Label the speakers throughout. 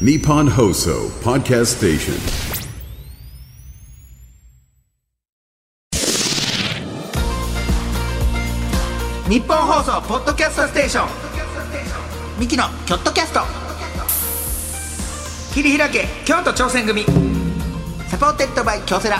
Speaker 1: Nippon Hoso Podcast Station.
Speaker 2: 日本放送ポッドキャストステーションミキのキョットキャスト切り開け京都挑戦組サポーテッドバイ京セラ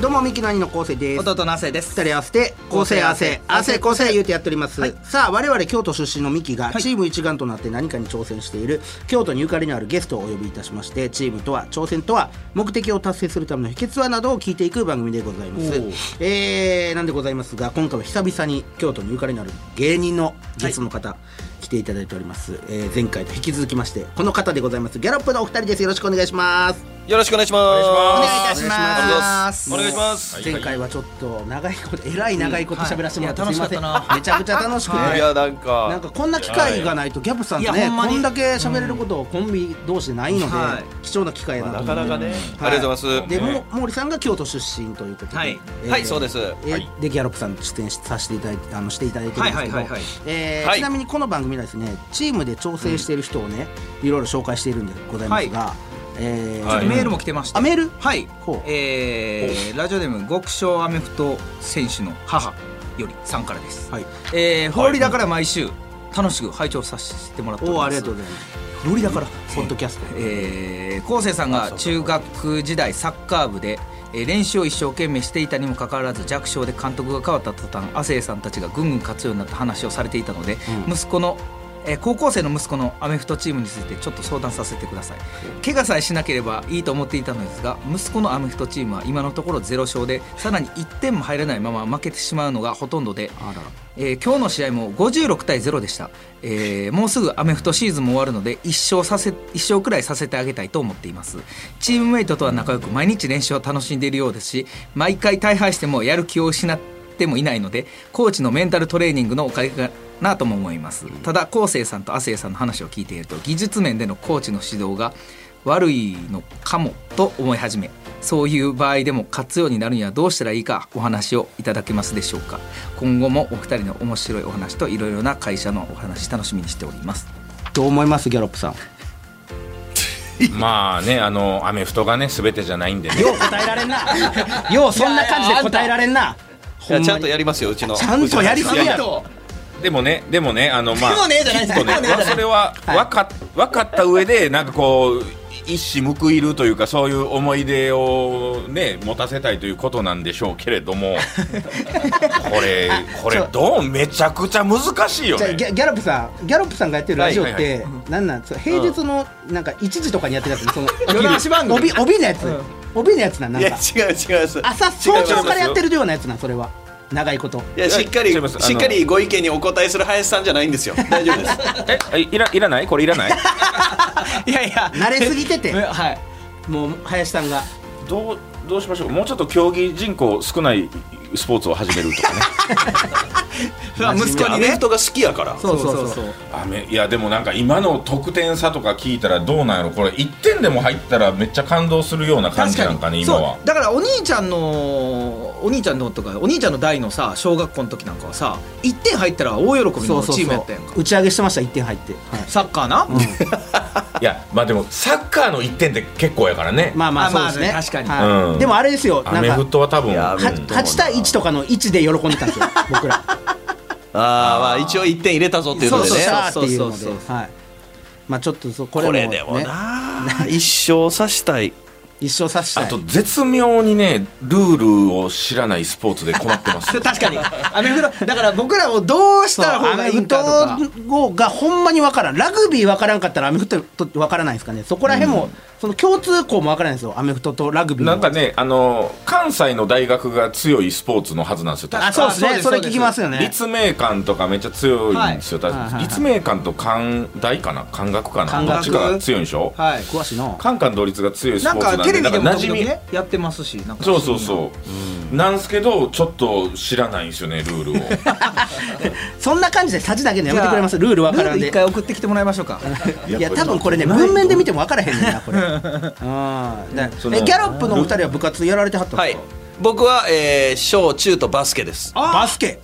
Speaker 3: どうもミキの兄の昴生です
Speaker 2: 弟の亜生です
Speaker 3: 二人合わせて構成合わせ合わせ構成言うてやっております、
Speaker 2: はい
Speaker 3: さあ我々京都出身のミキが
Speaker 2: い
Speaker 3: チーム一丸となって何かに挑戦している、京都にゆかりのあるゲストをお呼びいたしましてチームとは挑戦とは目的を達成するための秘訣はなどを聞いていく番組でございま
Speaker 2: お
Speaker 3: す
Speaker 2: ー
Speaker 3: えー、なんでございますが今回は久々に京都にゆかりのある芸人のゲストの方、来ていただいております、えー前回と引き続きましてこの方でございますギャロップのお二人ですよろしくお願いします
Speaker 4: よろしくお願いします。
Speaker 2: お
Speaker 4: お
Speaker 2: 願いいたします
Speaker 4: お願いします。
Speaker 3: 前回はちょっと長いことえらい長いこと喋らせてもらって、
Speaker 2: うんはい
Speaker 3: すいません
Speaker 2: いや楽しかったな
Speaker 3: めちゃくちゃ楽しくて、
Speaker 4: いやなんか
Speaker 3: なんかこんな機会がないとギャップさんと
Speaker 2: いや
Speaker 3: ね
Speaker 2: ほんま
Speaker 3: こ
Speaker 2: に
Speaker 3: んだけ喋れることをコンビ同士でないので、
Speaker 2: はい
Speaker 3: 貴重な機会だなと
Speaker 4: な
Speaker 3: 思
Speaker 4: か
Speaker 3: って、
Speaker 4: な
Speaker 3: はい
Speaker 4: かね、ありがとうございます。
Speaker 3: で、も毛利さんが京都出身ということで、
Speaker 2: はい
Speaker 3: えー
Speaker 4: はいそうです
Speaker 3: えーでギャロップさんと出演しさせていただいてあのしていただいてるんですけど、
Speaker 2: はいはいはいはい
Speaker 3: えー
Speaker 4: はい
Speaker 3: ちなみにこの番組ではですねチームで調整している人をね、いろいろ紹介しているんでございますが、えー
Speaker 4: はい
Speaker 3: ちょっと
Speaker 2: メールも来てました
Speaker 3: あメール
Speaker 2: はい
Speaker 3: ほう
Speaker 2: えーラジオネーム極小アメフト選手の母よりさんからです
Speaker 3: はい
Speaker 2: えーフロリダから毎週楽しく拝聴させてもらっており
Speaker 3: おー
Speaker 2: ます
Speaker 3: ありがとうございます
Speaker 2: フロリダから
Speaker 3: ポッドキャスト、
Speaker 2: えー、昴生さんが中学時代サッカー部で、えー練習を一生懸命していたにもかかわらず弱小で監督が変わった途端亜生さんたちがぐんぐん勝つようになった話をされていたので、息子の、えー高校生の息子のアメフトチームについてちょっと相談させてください怪我さえしなければいいと思っていたのですが息子のアメフトチームは今のところ0勝でさらに1点も入らないまま負けてしまうのがほとんどで
Speaker 3: あら
Speaker 2: えー今日の試合も56対0でした、えーもうすぐアメフトシーズンも終わるので一勝させ一勝くらいさせてあげたいと思っていますチームメイトとは仲良く毎日練習を楽しんでいるようですし毎回大敗してもやる気を失ってもいないのでコーチのメンタルトレーニングのおかげかなとも思いますただ昴生さんと亜生さんの話を聞いていると技術面でのコーチの指導が悪いのかもと思い始めそういう場合でも勝つようになるにはどうしたらいいかお話をいただけますでしょうか今後もお二人の面白いお話といろいろな会社のお話楽しみにしております
Speaker 3: どう思いますギャロップさん
Speaker 5: まあね、あのアメフトがね、すべてじゃないんでね。
Speaker 3: よう答えられんなようそんな感じで答えられんない
Speaker 4: やちゃんとやりますようちの。
Speaker 3: ちゃんとやりすぎやろ
Speaker 5: でもね、でもね、あのまあ、
Speaker 3: でもねじゃないです
Speaker 5: ちょっとね、わそれは分か分かった上で、なんかこう。一矢報いるというかそういう思い出をね持たせたいということなんでしょうけれど もこれこれどうめちゃくちゃ難しいよ
Speaker 3: じゃあ
Speaker 5: ね
Speaker 3: ギャギャロップさんギャロップさんがやってるラジオって、
Speaker 5: はいはい
Speaker 3: なんなんその平日のなんか1時とかにやってるやつその
Speaker 2: 夜出し番
Speaker 3: 帯
Speaker 2: 組
Speaker 3: 帯のやつ、帯のやつなんなん
Speaker 4: いや
Speaker 3: か
Speaker 4: 違う違うです。
Speaker 3: 朝早朝からやってるようなやつなんそれは長いこと
Speaker 4: いやしっかり
Speaker 5: 違いますあの
Speaker 4: しっかりご意見にお答えする林さんじゃないんですよ。大丈夫です。
Speaker 5: ええいらいらないこれいらない
Speaker 2: いやいや
Speaker 3: 慣れすぎてて
Speaker 2: はい
Speaker 3: もう林さんが
Speaker 5: どうどうしましょうもうちょっと競技人口少ないスポーツを始めるとかね
Speaker 2: 息子
Speaker 4: ア
Speaker 2: に
Speaker 4: メ
Speaker 2: ね
Speaker 4: フトが好きやから。
Speaker 2: そうそうそうそう
Speaker 5: アメいやでもなんか今の得点差とか聞いたらどうなんやろこれ1点でも入ったらめっちゃ感動するような感じなんかね今は
Speaker 2: そうだからお兄ちゃんのお兄ちゃんのとかお兄ちゃんの代のさ小学校の時なんかはさ1点入ったら大喜び
Speaker 3: そ
Speaker 2: の
Speaker 3: うそう
Speaker 2: チーム
Speaker 3: そ
Speaker 2: や
Speaker 3: う
Speaker 2: ったやんか
Speaker 3: 打ち上げしてました1点入って、はい
Speaker 2: サッカーな、
Speaker 5: いやまあでもサッカーの1点って結構やからね、
Speaker 3: まあまあそうですね
Speaker 2: あまあね確かに
Speaker 3: はい
Speaker 5: うん
Speaker 3: でもあれですよな
Speaker 5: ア
Speaker 3: ん
Speaker 5: メ
Speaker 3: か
Speaker 5: フトは多分
Speaker 4: いやアメフト
Speaker 3: 8対1とかの1で喜んでたんですよ僕 ら
Speaker 4: あーまあ一応一点入れたぞっていう
Speaker 2: そ
Speaker 4: の
Speaker 2: う
Speaker 4: で
Speaker 2: そう
Speaker 4: ね。
Speaker 3: さあっていうの
Speaker 2: そうそうそう
Speaker 3: ではいまあちょっとそうこれ
Speaker 4: こ
Speaker 3: も
Speaker 4: れ
Speaker 3: ね
Speaker 4: でもな 一生さしたい。
Speaker 3: 一生させた
Speaker 5: あ
Speaker 3: い
Speaker 5: と絶妙にねルールを知らないスポーツで困っ てます
Speaker 2: 確かにアメフトだから僕らをどうし
Speaker 3: そう
Speaker 2: た方
Speaker 3: ア
Speaker 2: が
Speaker 3: メ
Speaker 2: いい
Speaker 3: フ
Speaker 2: んかとか
Speaker 3: トがほんまにわからんラグビーわからんかったらアメフトってわからないですかねそこら辺も、その共通項もわからないんですよアメフトとラグビーの
Speaker 5: なんかねあの関西の大学が強いスポーツのはずなんですよ確か
Speaker 3: あそうです
Speaker 2: あそう
Speaker 3: ね
Speaker 2: です
Speaker 3: それ聞きますよね
Speaker 5: 立命館とかめっちゃ強いんですよ、
Speaker 3: い
Speaker 5: 確
Speaker 3: はいは
Speaker 5: か
Speaker 3: い
Speaker 5: 立命館と関大かな関学かな
Speaker 3: 関
Speaker 5: どっ
Speaker 3: 学
Speaker 5: ちかが強いんでしょ、
Speaker 2: はい
Speaker 3: 詳しいの
Speaker 5: カンカン同率が強いスポ
Speaker 2: な
Speaker 5: ー
Speaker 2: ん
Speaker 5: ツなんで
Speaker 2: かテレビでも
Speaker 5: なんか
Speaker 2: 時
Speaker 5: 馴
Speaker 2: 々
Speaker 5: 染み
Speaker 2: ねやってますしなんか
Speaker 5: そうそうそう、なんすけどちょっと知らないんですよねル ールを
Speaker 3: そんな感じで立ちだけのやめてくれますルールわからん
Speaker 2: ルール
Speaker 3: で
Speaker 2: 一回送ってきてもらいましょうか
Speaker 3: いや多分これね文面で見てもわからへんねんなこれあーね
Speaker 5: その
Speaker 3: えギャロップのお二人は部活やられてはったん
Speaker 4: は
Speaker 3: です
Speaker 4: い
Speaker 3: か、
Speaker 4: 僕は、えー小中とバスケです
Speaker 3: バスケ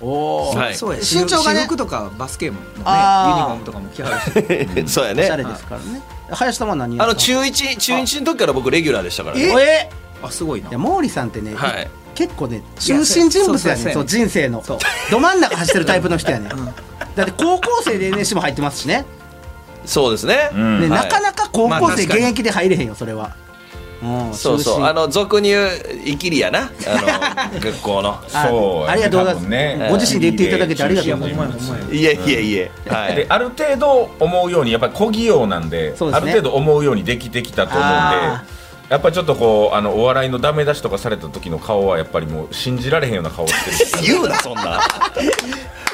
Speaker 3: おお、
Speaker 4: はい
Speaker 2: そうや
Speaker 3: 身
Speaker 2: 身
Speaker 3: 長
Speaker 2: 長
Speaker 3: が
Speaker 2: が
Speaker 3: ね
Speaker 2: ね私服とかバスケもねユニフ
Speaker 3: あー
Speaker 2: ォームとかも着は るし
Speaker 4: そうや
Speaker 3: おしゃれ
Speaker 4: ね
Speaker 3: ですからね林さんは何や
Speaker 4: あ
Speaker 3: った
Speaker 4: の中1中1の時から僕レギュラーでしたからね
Speaker 3: え
Speaker 2: あすごいない
Speaker 3: や毛利さんってね、
Speaker 4: はい
Speaker 3: 結構ね中心人物やね
Speaker 2: そうそうそうやね
Speaker 3: そう人生の
Speaker 2: そう
Speaker 3: ど真ん中走ってるタイプの人やね、だって高校生で NSC も入ってますしね,、
Speaker 4: そうですね、
Speaker 5: ん
Speaker 3: ね
Speaker 4: はい
Speaker 3: なかなか高
Speaker 2: まあ
Speaker 3: 校生
Speaker 2: 確か
Speaker 3: 現
Speaker 2: に
Speaker 3: 役で入れへんよそれは、うん、
Speaker 4: そうそ
Speaker 3: 中心
Speaker 4: うあの俗に言うイキリやなあの学校の
Speaker 3: あ
Speaker 5: そう
Speaker 3: ありがとうございます
Speaker 5: 多分ね
Speaker 3: ご自身で言っていただけてありがとうございます
Speaker 5: 中心人物
Speaker 4: いえいえいえ、は
Speaker 5: で
Speaker 4: い
Speaker 5: ある程度思うようにやっぱり小器用なんで
Speaker 3: そうで
Speaker 5: あ
Speaker 3: すね
Speaker 5: る程度思うようにできてきたと思うん
Speaker 3: あ
Speaker 5: でやっぱりちょっとこうあのお笑いのダメ出しとかされた時の顔はやっぱりもう信じられへんような 顔してる
Speaker 4: 言うなそんな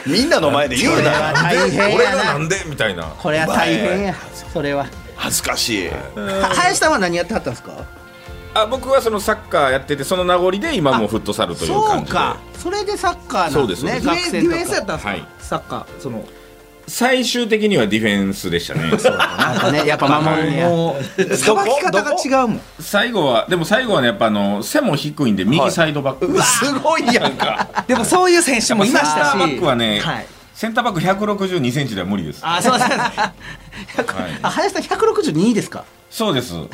Speaker 4: みんなの前で言う
Speaker 3: これは
Speaker 4: な
Speaker 3: 大変
Speaker 5: 俺
Speaker 3: や
Speaker 5: がな
Speaker 3: なん
Speaker 5: でみたいな
Speaker 3: これは大変やそれは
Speaker 4: 恥ずかしい
Speaker 3: は林さんは何やってはったんですか
Speaker 5: あ僕はそのサッカーやっててその名残で今もフットサルという
Speaker 3: そう
Speaker 5: 感じで
Speaker 3: かそれでサッカーなんですね
Speaker 5: そう
Speaker 3: 学
Speaker 2: ディフ
Speaker 3: 生
Speaker 2: ェンディ
Speaker 3: の
Speaker 2: フェ
Speaker 3: 時
Speaker 2: ンスやったんですか、
Speaker 5: はい
Speaker 2: サッカーその
Speaker 5: 最終的にはディフェンスでした
Speaker 3: な
Speaker 5: ね
Speaker 3: んかねやっぱ守るんや
Speaker 2: もうさばき方が違うもん
Speaker 5: 最後はでも最後はねやっぱあの背も低いんで右サイドバック、
Speaker 4: すごいやんか
Speaker 2: でもそういう選手もいまし
Speaker 5: セン
Speaker 2: た
Speaker 5: タ
Speaker 2: し
Speaker 5: ーバックはね、
Speaker 2: はい、
Speaker 5: センターバック162センチでは無理です
Speaker 2: あすいません
Speaker 5: はい
Speaker 3: あ林さん162ですか
Speaker 5: そうです
Speaker 3: そう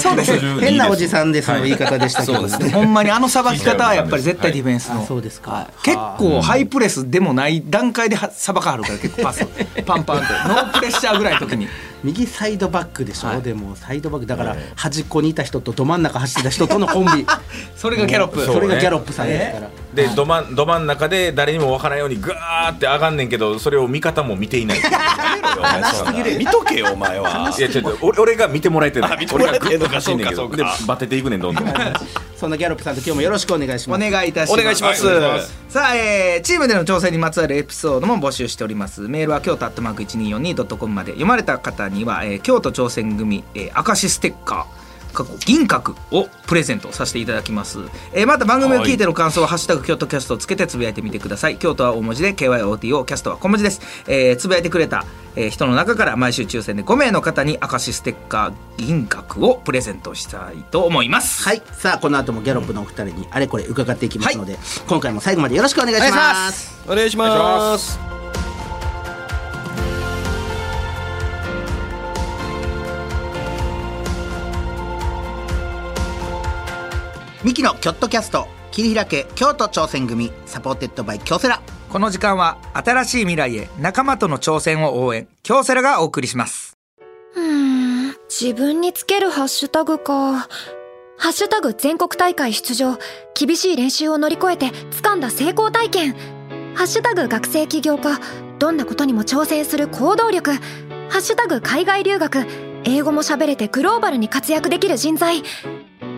Speaker 3: そうです
Speaker 5: 162
Speaker 3: 変なおじさんですの
Speaker 5: はい
Speaker 3: 言い方でしたけど
Speaker 4: そうです
Speaker 2: ほんまにあのさばき方はやっぱり絶対ディフェンスの、
Speaker 3: あそうですか
Speaker 2: 結構ハイプレスでもない段階ではさばかはるから結構パ スパンパンとノープレッシャーぐらいの時に
Speaker 3: 右サイドバックでしょ、
Speaker 2: はい
Speaker 3: でもサイドバックだから端っこにいた人とど真ん中走ってた人とのコン ビ
Speaker 2: それがギャロップ
Speaker 5: そう
Speaker 3: それがギャロップさんですから、
Speaker 5: でど真んど真ん中で誰にもわからないようにガーって上がんねんけどそれを味方も見ていないい
Speaker 4: 見とけよお前は
Speaker 5: やちょっと俺俺が見てもらえてな
Speaker 4: あ
Speaker 5: い
Speaker 4: 見ても
Speaker 5: 俺
Speaker 4: らえ
Speaker 5: がグ
Speaker 4: てんの
Speaker 5: ッ
Speaker 4: か
Speaker 5: と走んねんけ
Speaker 4: そ
Speaker 5: ど
Speaker 4: うか
Speaker 5: で
Speaker 4: そうか
Speaker 5: バテ ていくねんどんどん
Speaker 3: そんなギャロップさんと今日もよろしくお願いし
Speaker 2: お
Speaker 3: ます
Speaker 2: 願いいたします
Speaker 4: お願いします
Speaker 5: はいお願いします
Speaker 2: さあ、えーチームでの挑戦にまつわるエピソードも募集しておりますメールは京都アットマーク 1242.com まで読まれた方には、えー京都挑戦組、えー、明石ステッカー過去銀閣をプレゼントさせていただきます、えーまた番組を聞いての感想は「ハッシュタグ京都キャスト」をつけてつぶやいてみてください京都は大文字で KYOTO キャストは小文字です、えーつぶやいてくれた、えー人の中から毎週抽選で5名の方に明石ステッカー銀閣をプレゼントしたいと思います
Speaker 3: はいさあこの後もギャロップのお二人にあれこれ伺っていきますので、今回も最後までよろしくお願いします
Speaker 2: お願いします
Speaker 4: お願いします
Speaker 3: ミキのキョットキャスト切り開け京都挑戦組サポーテッドバイ京セラ
Speaker 2: この時間は新しい未来へ仲間との挑戦を応援京セラがお送りします
Speaker 6: うーん自分につけるハッシュタグか。ハッシュタグ全国大会出場。厳しい練習を乗り越えて掴んだ成功体験。ハッシュタグ学生起業家。どんなことにも挑戦する行動力。ハッシュタグ海外留学。英語も喋れてグローバルに活躍できる人材。っ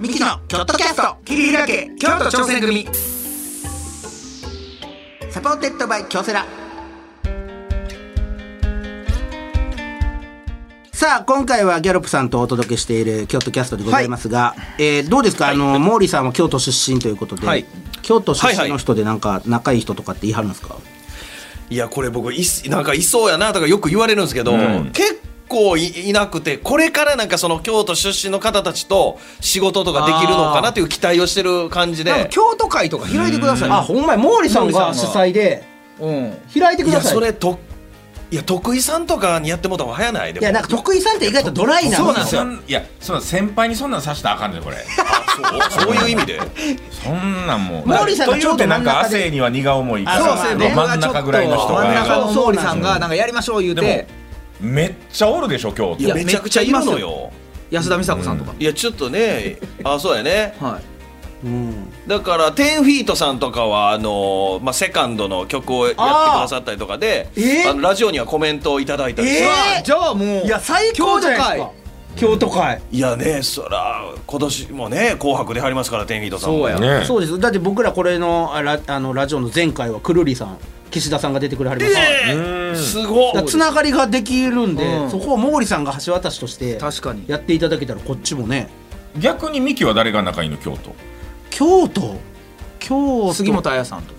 Speaker 3: ミキのキョットキャスト
Speaker 2: 切り開け京都挑戦組
Speaker 3: サポーテッドバイ京セラさあ今回はギャロップさんとお届けしている京都キャストでございますが、えーどうですか、あの毛利さんは京都出身ということで、
Speaker 2: はい
Speaker 3: 京都出身の人でなんか仲いい人とかって言い張るんですか、
Speaker 4: いやこれ僕いすなんかいそうやなとかよく言われるんですけど、結構いいなくてこれからなんかその京都出身の方たちと仕事とかできるのかなという期待をしてる感じで
Speaker 2: 京都会とか開いてください
Speaker 3: あ
Speaker 2: よ
Speaker 3: ほんまや毛利さんが
Speaker 2: 毛利
Speaker 3: 主
Speaker 2: さんが
Speaker 3: 催で
Speaker 2: うん
Speaker 3: 開いて
Speaker 4: い
Speaker 3: くだ
Speaker 4: や
Speaker 3: さい
Speaker 4: それといや徳井さんとかにやってもうた方が早ないで
Speaker 3: いやなんか徳井さんって意外とドライな
Speaker 2: そうなんですよ
Speaker 5: そんいやその先輩にそんなんさしたらあかんねんこれ
Speaker 4: そうそういう意味で
Speaker 5: そんなんもう
Speaker 3: 毛利さんが
Speaker 5: というてなんか亜生には荷が重いから
Speaker 3: あそうですね
Speaker 5: 真ん中ぐらいの人が
Speaker 2: 真ん中
Speaker 3: そ
Speaker 2: の
Speaker 3: うそう
Speaker 2: 総理さんがなんかやりましょう言うて
Speaker 5: でもめっちゃおるでしょ今
Speaker 4: い
Speaker 5: 日
Speaker 4: や
Speaker 2: いや
Speaker 4: めちゃくちゃいる
Speaker 2: めっ
Speaker 4: の
Speaker 2: ちゃいま
Speaker 4: よ
Speaker 2: 安田美沙子さんとか、
Speaker 4: いやちょっとねあそうやね
Speaker 2: はい
Speaker 3: うん
Speaker 4: だから10フィートさんとかはあのまあ、セカンドの曲をやってくださったりとかで
Speaker 3: あーえー
Speaker 4: あのラジオにはコメントをいただいたりして、
Speaker 3: えー
Speaker 2: じゃあもう
Speaker 3: いや最高じゃないですか
Speaker 2: 京
Speaker 3: 京都
Speaker 2: 都会
Speaker 3: 会
Speaker 4: いやねそら今年もね「紅白」で入りますから天気とさんも
Speaker 2: そうや、
Speaker 5: ね
Speaker 3: そうですだって僕らこれのあラあのラジオの前回はくるりさん岸田さんが出てくれはりました、
Speaker 4: えーす
Speaker 3: だ
Speaker 4: ごっ
Speaker 3: からつながりができるんで、
Speaker 2: うん
Speaker 3: そこを毛利さんが橋渡しとして
Speaker 2: 確かに
Speaker 3: やっていただけたらこっちもね
Speaker 5: 逆にミキは誰が仲いいの京都
Speaker 3: 京都京都
Speaker 2: 杉本彩さんと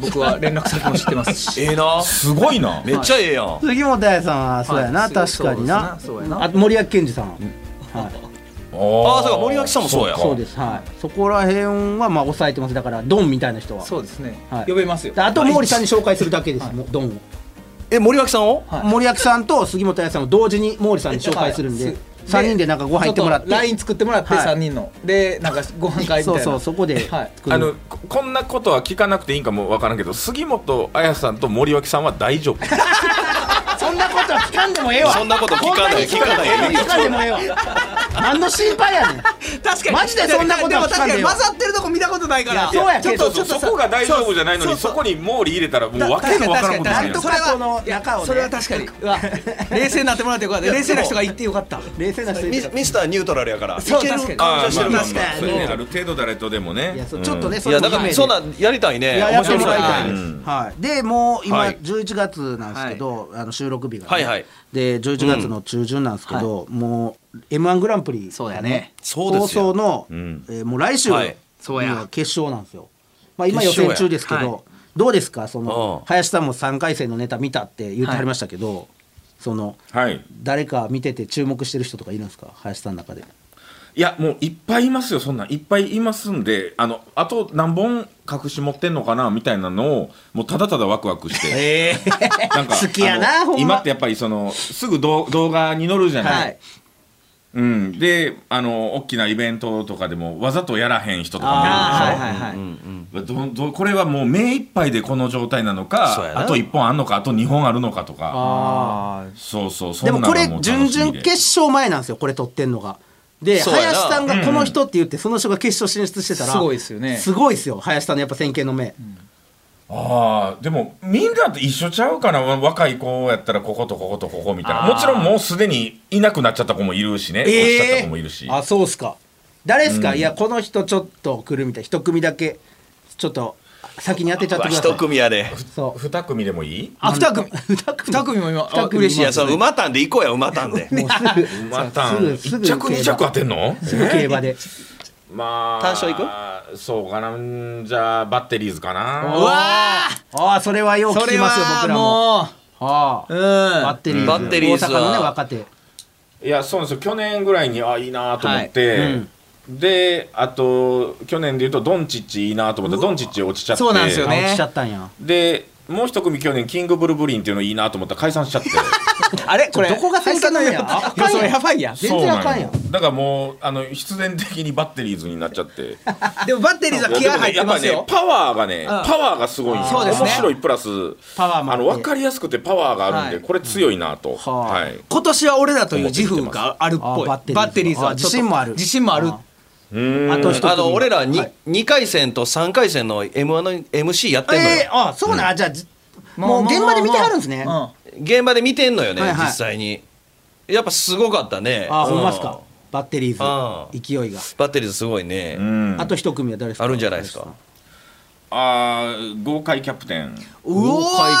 Speaker 2: 僕は連絡先も知ってます し
Speaker 4: ええな
Speaker 5: すごいな
Speaker 4: めっちゃええやん
Speaker 3: 杉本彩さんはそうやな、
Speaker 2: はい
Speaker 3: 確かにな
Speaker 2: そうですなそうやな
Speaker 3: あと森脇健児さん、はい、
Speaker 5: あ
Speaker 4: あそうか森脇さんもそうや
Speaker 3: そうですはいそこら辺はまあ抑えてますだからドンみたいな人は
Speaker 2: そうですね、
Speaker 3: はい
Speaker 2: 呼べますよ
Speaker 3: であと毛利さんに紹介するだけです、もうドンを、
Speaker 4: え森脇さんを
Speaker 3: 森脇さんと杉本彩さんを同時に毛利さんに紹介するんで、
Speaker 2: はい
Speaker 3: 3人でなんかご飯行ってもらって
Speaker 2: ちょと LINE 作ってもらって
Speaker 3: はい
Speaker 2: 3人の、でなんかご飯会みたいな
Speaker 3: そうそうそこで
Speaker 2: はい
Speaker 3: 作る
Speaker 5: あのここんなことは聞かなくていいんかもわからんけど杉本彩さんと森脇さんは大丈夫
Speaker 3: そんなことは聞かんでもええわ
Speaker 4: そんなこと聞かない
Speaker 3: そんなに聞かんでもええわ何の心配やねん
Speaker 2: 確かに
Speaker 3: マジでそんなことは
Speaker 2: は
Speaker 3: 聞かんでよ
Speaker 2: 混ざってるとこ見たことないから
Speaker 3: いやそうや
Speaker 2: ちょ
Speaker 3: け
Speaker 2: っ
Speaker 3: ど
Speaker 2: と
Speaker 5: そ
Speaker 2: ちょっと
Speaker 5: そこが大丈夫じゃないのに
Speaker 2: そ
Speaker 5: そう
Speaker 2: そう
Speaker 5: こに毛利入れたらもう訳がわからんことに
Speaker 3: 確か
Speaker 5: なるや
Speaker 3: なんとかこの中をね
Speaker 2: それは確かにうわ 冷静になってもらってよかった冷静な人が言ってよかった
Speaker 3: 冷静な人い
Speaker 4: ミ
Speaker 3: るから
Speaker 4: ミスターニュートラルやからいけ
Speaker 2: そう確か
Speaker 4: る
Speaker 2: に
Speaker 4: 感
Speaker 5: あ
Speaker 4: じは
Speaker 5: ー
Speaker 4: して
Speaker 5: まあ
Speaker 4: る
Speaker 5: ま
Speaker 3: 確かに
Speaker 4: から
Speaker 5: あまあそうやねある程度誰とでも
Speaker 3: い
Speaker 5: ね
Speaker 3: やそうちょっとね、そ
Speaker 4: い
Speaker 3: れ
Speaker 4: や
Speaker 3: も含
Speaker 4: だ
Speaker 3: め
Speaker 4: から
Speaker 3: て
Speaker 4: そんなんやりたいね
Speaker 3: いややってもらいたい
Speaker 4: 面
Speaker 3: で
Speaker 4: 白
Speaker 3: す。はい。でもう今
Speaker 4: はい
Speaker 3: 11月なんですけど、あの収録日がね。
Speaker 4: はいはい
Speaker 3: で11月の中旬なんですけど、もう M1 グランプリ
Speaker 2: そうやね
Speaker 4: そ
Speaker 3: 放
Speaker 4: うですよ
Speaker 3: 送のえーもう来週に
Speaker 4: はい
Speaker 2: そうや
Speaker 3: は決勝なんですよ。まあ今
Speaker 4: 決
Speaker 3: 予
Speaker 4: 勝や
Speaker 3: 選中ですけ
Speaker 2: はい
Speaker 3: ど、どうですかその
Speaker 4: うん
Speaker 3: 林さんも3回戦のネタ見たって言ってはりましたけど、その
Speaker 5: はい
Speaker 3: 誰か見てて注目してる人とかいるんですか林さんの中で。
Speaker 5: いやもういっぱいいますよそんなんいっぱいいますんであのあと何本隠し持ってんのかなみたいなのをもうただただワクワクして
Speaker 3: ええ。
Speaker 5: なん か
Speaker 3: 好きやな
Speaker 5: あ
Speaker 3: ほ
Speaker 5: の
Speaker 3: んま
Speaker 5: 今ってやっぱりそのすぐ動動画に載るじゃない、
Speaker 3: はい
Speaker 5: うん、であの大きなイベントとかでもわざとやらへん人と
Speaker 3: あ
Speaker 5: か
Speaker 3: あはいはいはい。
Speaker 5: もいるでしょどどこれはもう目いっぱいでこの状態なの
Speaker 4: そうやな
Speaker 5: かあと1本あんのかあと2本あるのかとか
Speaker 2: あ
Speaker 5: そうそうそ
Speaker 3: で
Speaker 5: ん
Speaker 3: も
Speaker 5: なんが
Speaker 3: これ
Speaker 5: もう楽し
Speaker 3: 準
Speaker 5: みで
Speaker 3: 々決勝前なんですよこれ取ってんのが。で
Speaker 4: そうやな
Speaker 3: 林さんがこの人って言ってその人が決勝進出してたら
Speaker 2: すごいですよね
Speaker 3: すごいですよ林さんのやっぱ先見の目、
Speaker 5: ああでもみんなと一緒ちゃうかなわ若い子やったらこことこことここみたいなもちろんもうすでにいなくなっちゃった子もいるしね、落ちちゃった子もいるし
Speaker 3: あそうっすか誰ですか、いやこの人ちょっと来るみたい一組だけちょっと先に当てちゃってください
Speaker 4: 一組やで
Speaker 3: そう
Speaker 5: 2組でもいい
Speaker 2: あ2組
Speaker 3: 二組
Speaker 2: 2組も今あ
Speaker 3: 二組
Speaker 2: 嬉しい
Speaker 4: いやその馬たんで行こうや馬た んで
Speaker 3: もうすぐ
Speaker 5: また
Speaker 3: すぐす
Speaker 5: 1
Speaker 3: ぐ
Speaker 5: 着2着当てんの
Speaker 3: すぐ競馬で
Speaker 5: まあ
Speaker 4: 単勝い
Speaker 5: くそうかなんじゃあバッテリーズかな
Speaker 2: わ
Speaker 3: ああそれはよう
Speaker 2: そ
Speaker 3: 聞き
Speaker 2: れ
Speaker 3: ますよ僕
Speaker 2: は
Speaker 3: らも
Speaker 2: も
Speaker 3: あ
Speaker 2: う
Speaker 3: あ
Speaker 2: うん
Speaker 3: バッテリーズ
Speaker 4: バッテリーズ
Speaker 3: 大
Speaker 4: は
Speaker 3: 阪のね若手
Speaker 5: いやそうなんですよ去年ぐらいにあいいなと思って、であと去年でいうとドンチッチいいなと思ってドンチッチ落ちちゃって
Speaker 2: そうなんですよ
Speaker 3: あ
Speaker 2: ね
Speaker 3: 落ちちゃったんや
Speaker 5: でもう一組去年キングブルブリンっていうのいいなと思ったら解散しちゃって
Speaker 2: あれこれ
Speaker 3: どこが先かなんやあかんやん
Speaker 2: それやばいやん
Speaker 3: 全然あかんやん
Speaker 5: そうなのよだからもうあの必然的にバッテリーズになっちゃって
Speaker 2: でもバッテリーズは気合入って
Speaker 5: やっぱ
Speaker 2: ますよ、
Speaker 5: ねパワーがね、パワーがすごいんよ
Speaker 2: そうですね
Speaker 5: 面白いプラス
Speaker 3: パワーもあ
Speaker 5: あ
Speaker 3: って
Speaker 5: の分かりやすくてパワーがあるんで、
Speaker 2: はい
Speaker 5: これ強いなと、はい、
Speaker 2: 今年は俺だという自負があるっぽい
Speaker 3: あ
Speaker 2: バ
Speaker 3: バッテリーズ
Speaker 2: ッテリーズは
Speaker 3: あ自信もある
Speaker 2: 自信もある
Speaker 3: ああと一組
Speaker 4: あの俺らに
Speaker 3: はい
Speaker 4: 2回戦と3回戦の m 1の MC やってんの
Speaker 3: えー
Speaker 4: よ
Speaker 3: あそうなん、あじゃあじもう現場で見てはるんですね
Speaker 2: う
Speaker 3: あ
Speaker 4: 現場で見てんのよね
Speaker 3: はいはい
Speaker 4: 実際にやっぱすごかったね
Speaker 3: ほんまっす
Speaker 4: う
Speaker 3: かバッテリー
Speaker 4: う
Speaker 3: ズ勢いが
Speaker 4: バッテリーズすごいね
Speaker 5: うん
Speaker 3: あと一組は誰ですか
Speaker 4: あるんじゃないですか
Speaker 5: あー豪快キャプテン
Speaker 2: うおー
Speaker 3: 豪快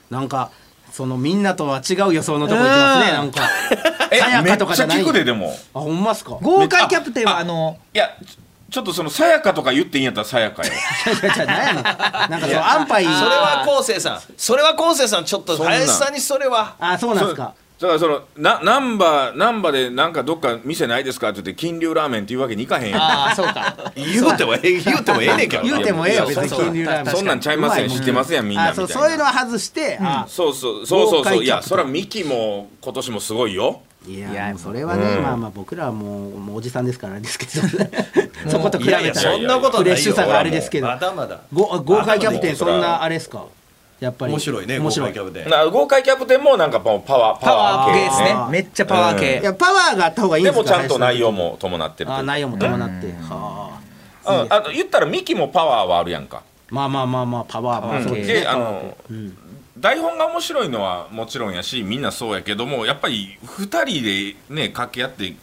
Speaker 3: 曲なんかそのみんなとは違う予想のとこ行きますね
Speaker 2: うん
Speaker 3: なんか
Speaker 5: え
Speaker 3: さや
Speaker 5: めっ
Speaker 3: か
Speaker 5: ちゃ
Speaker 3: とかじゃない
Speaker 5: 聞くででも
Speaker 3: あほんまっ すか
Speaker 2: 豪快キャプテンはあの
Speaker 5: いやちょちょっとそのさやかとか言っていいんやったらさやかよ
Speaker 3: じゃじゃなんやねんなんかその安牌
Speaker 4: それは昴生さんそれは昴生さんちょっと
Speaker 5: そんな
Speaker 4: 林さんにそれは
Speaker 3: あそうなんですか
Speaker 5: だからそのなナンバーナンバーでなんかどっか店ないですかって言って金龍ラーメンって言うわけにいかへんやん
Speaker 2: ああそうか
Speaker 4: 言うてもええ言うてもええねんけど
Speaker 3: 言うてもええよ別に
Speaker 5: そうそう
Speaker 3: 金龍ラーメン
Speaker 5: そんなんちゃいますやん知ってますやんみんな
Speaker 3: あ
Speaker 5: み
Speaker 3: そ
Speaker 5: たいうな
Speaker 3: そういうのは外してあ
Speaker 5: そうそうそうそう
Speaker 3: 豪
Speaker 5: そ
Speaker 3: 快
Speaker 5: ういや
Speaker 3: キャプテン
Speaker 5: そらミキも今年もすごいよ
Speaker 3: いやもうそれはね、まあまあ僕らはもうもうおじさんですからあれですけどそこと比
Speaker 4: い
Speaker 3: べ
Speaker 4: や
Speaker 3: た
Speaker 4: いや
Speaker 5: そ
Speaker 4: そ
Speaker 5: ん
Speaker 3: ら
Speaker 4: んなことは
Speaker 3: フレ
Speaker 4: な
Speaker 3: ッ
Speaker 4: い
Speaker 3: シュ
Speaker 4: よ
Speaker 3: さがあれですけど
Speaker 4: まだまだ
Speaker 3: ご豪快キャプテンそんなあれですかやっぱり
Speaker 4: 面白いね
Speaker 3: 面
Speaker 4: 面
Speaker 3: 白
Speaker 4: 白
Speaker 3: い
Speaker 4: いキャプテン
Speaker 5: な豪快キャプテンもなんかもうパワー
Speaker 2: パワー系
Speaker 5: 系
Speaker 2: ですねめっちゃパワー系
Speaker 3: いやパワーがあった方がいいん
Speaker 5: で
Speaker 3: です
Speaker 5: も
Speaker 3: か
Speaker 5: ちゃんと内
Speaker 3: 林
Speaker 5: 容も伴ってる
Speaker 3: さん
Speaker 5: と
Speaker 3: あ内
Speaker 5: いう
Speaker 3: 容も伴ってはあ
Speaker 5: うん、あと言ったらミキもパワーはあるやんか
Speaker 3: まあまあまあまあパワーもそうです
Speaker 5: で
Speaker 3: ね
Speaker 5: あの、台本が面白いのはもちろんやしみんなそうやけどもやっぱり2人でね掛け合って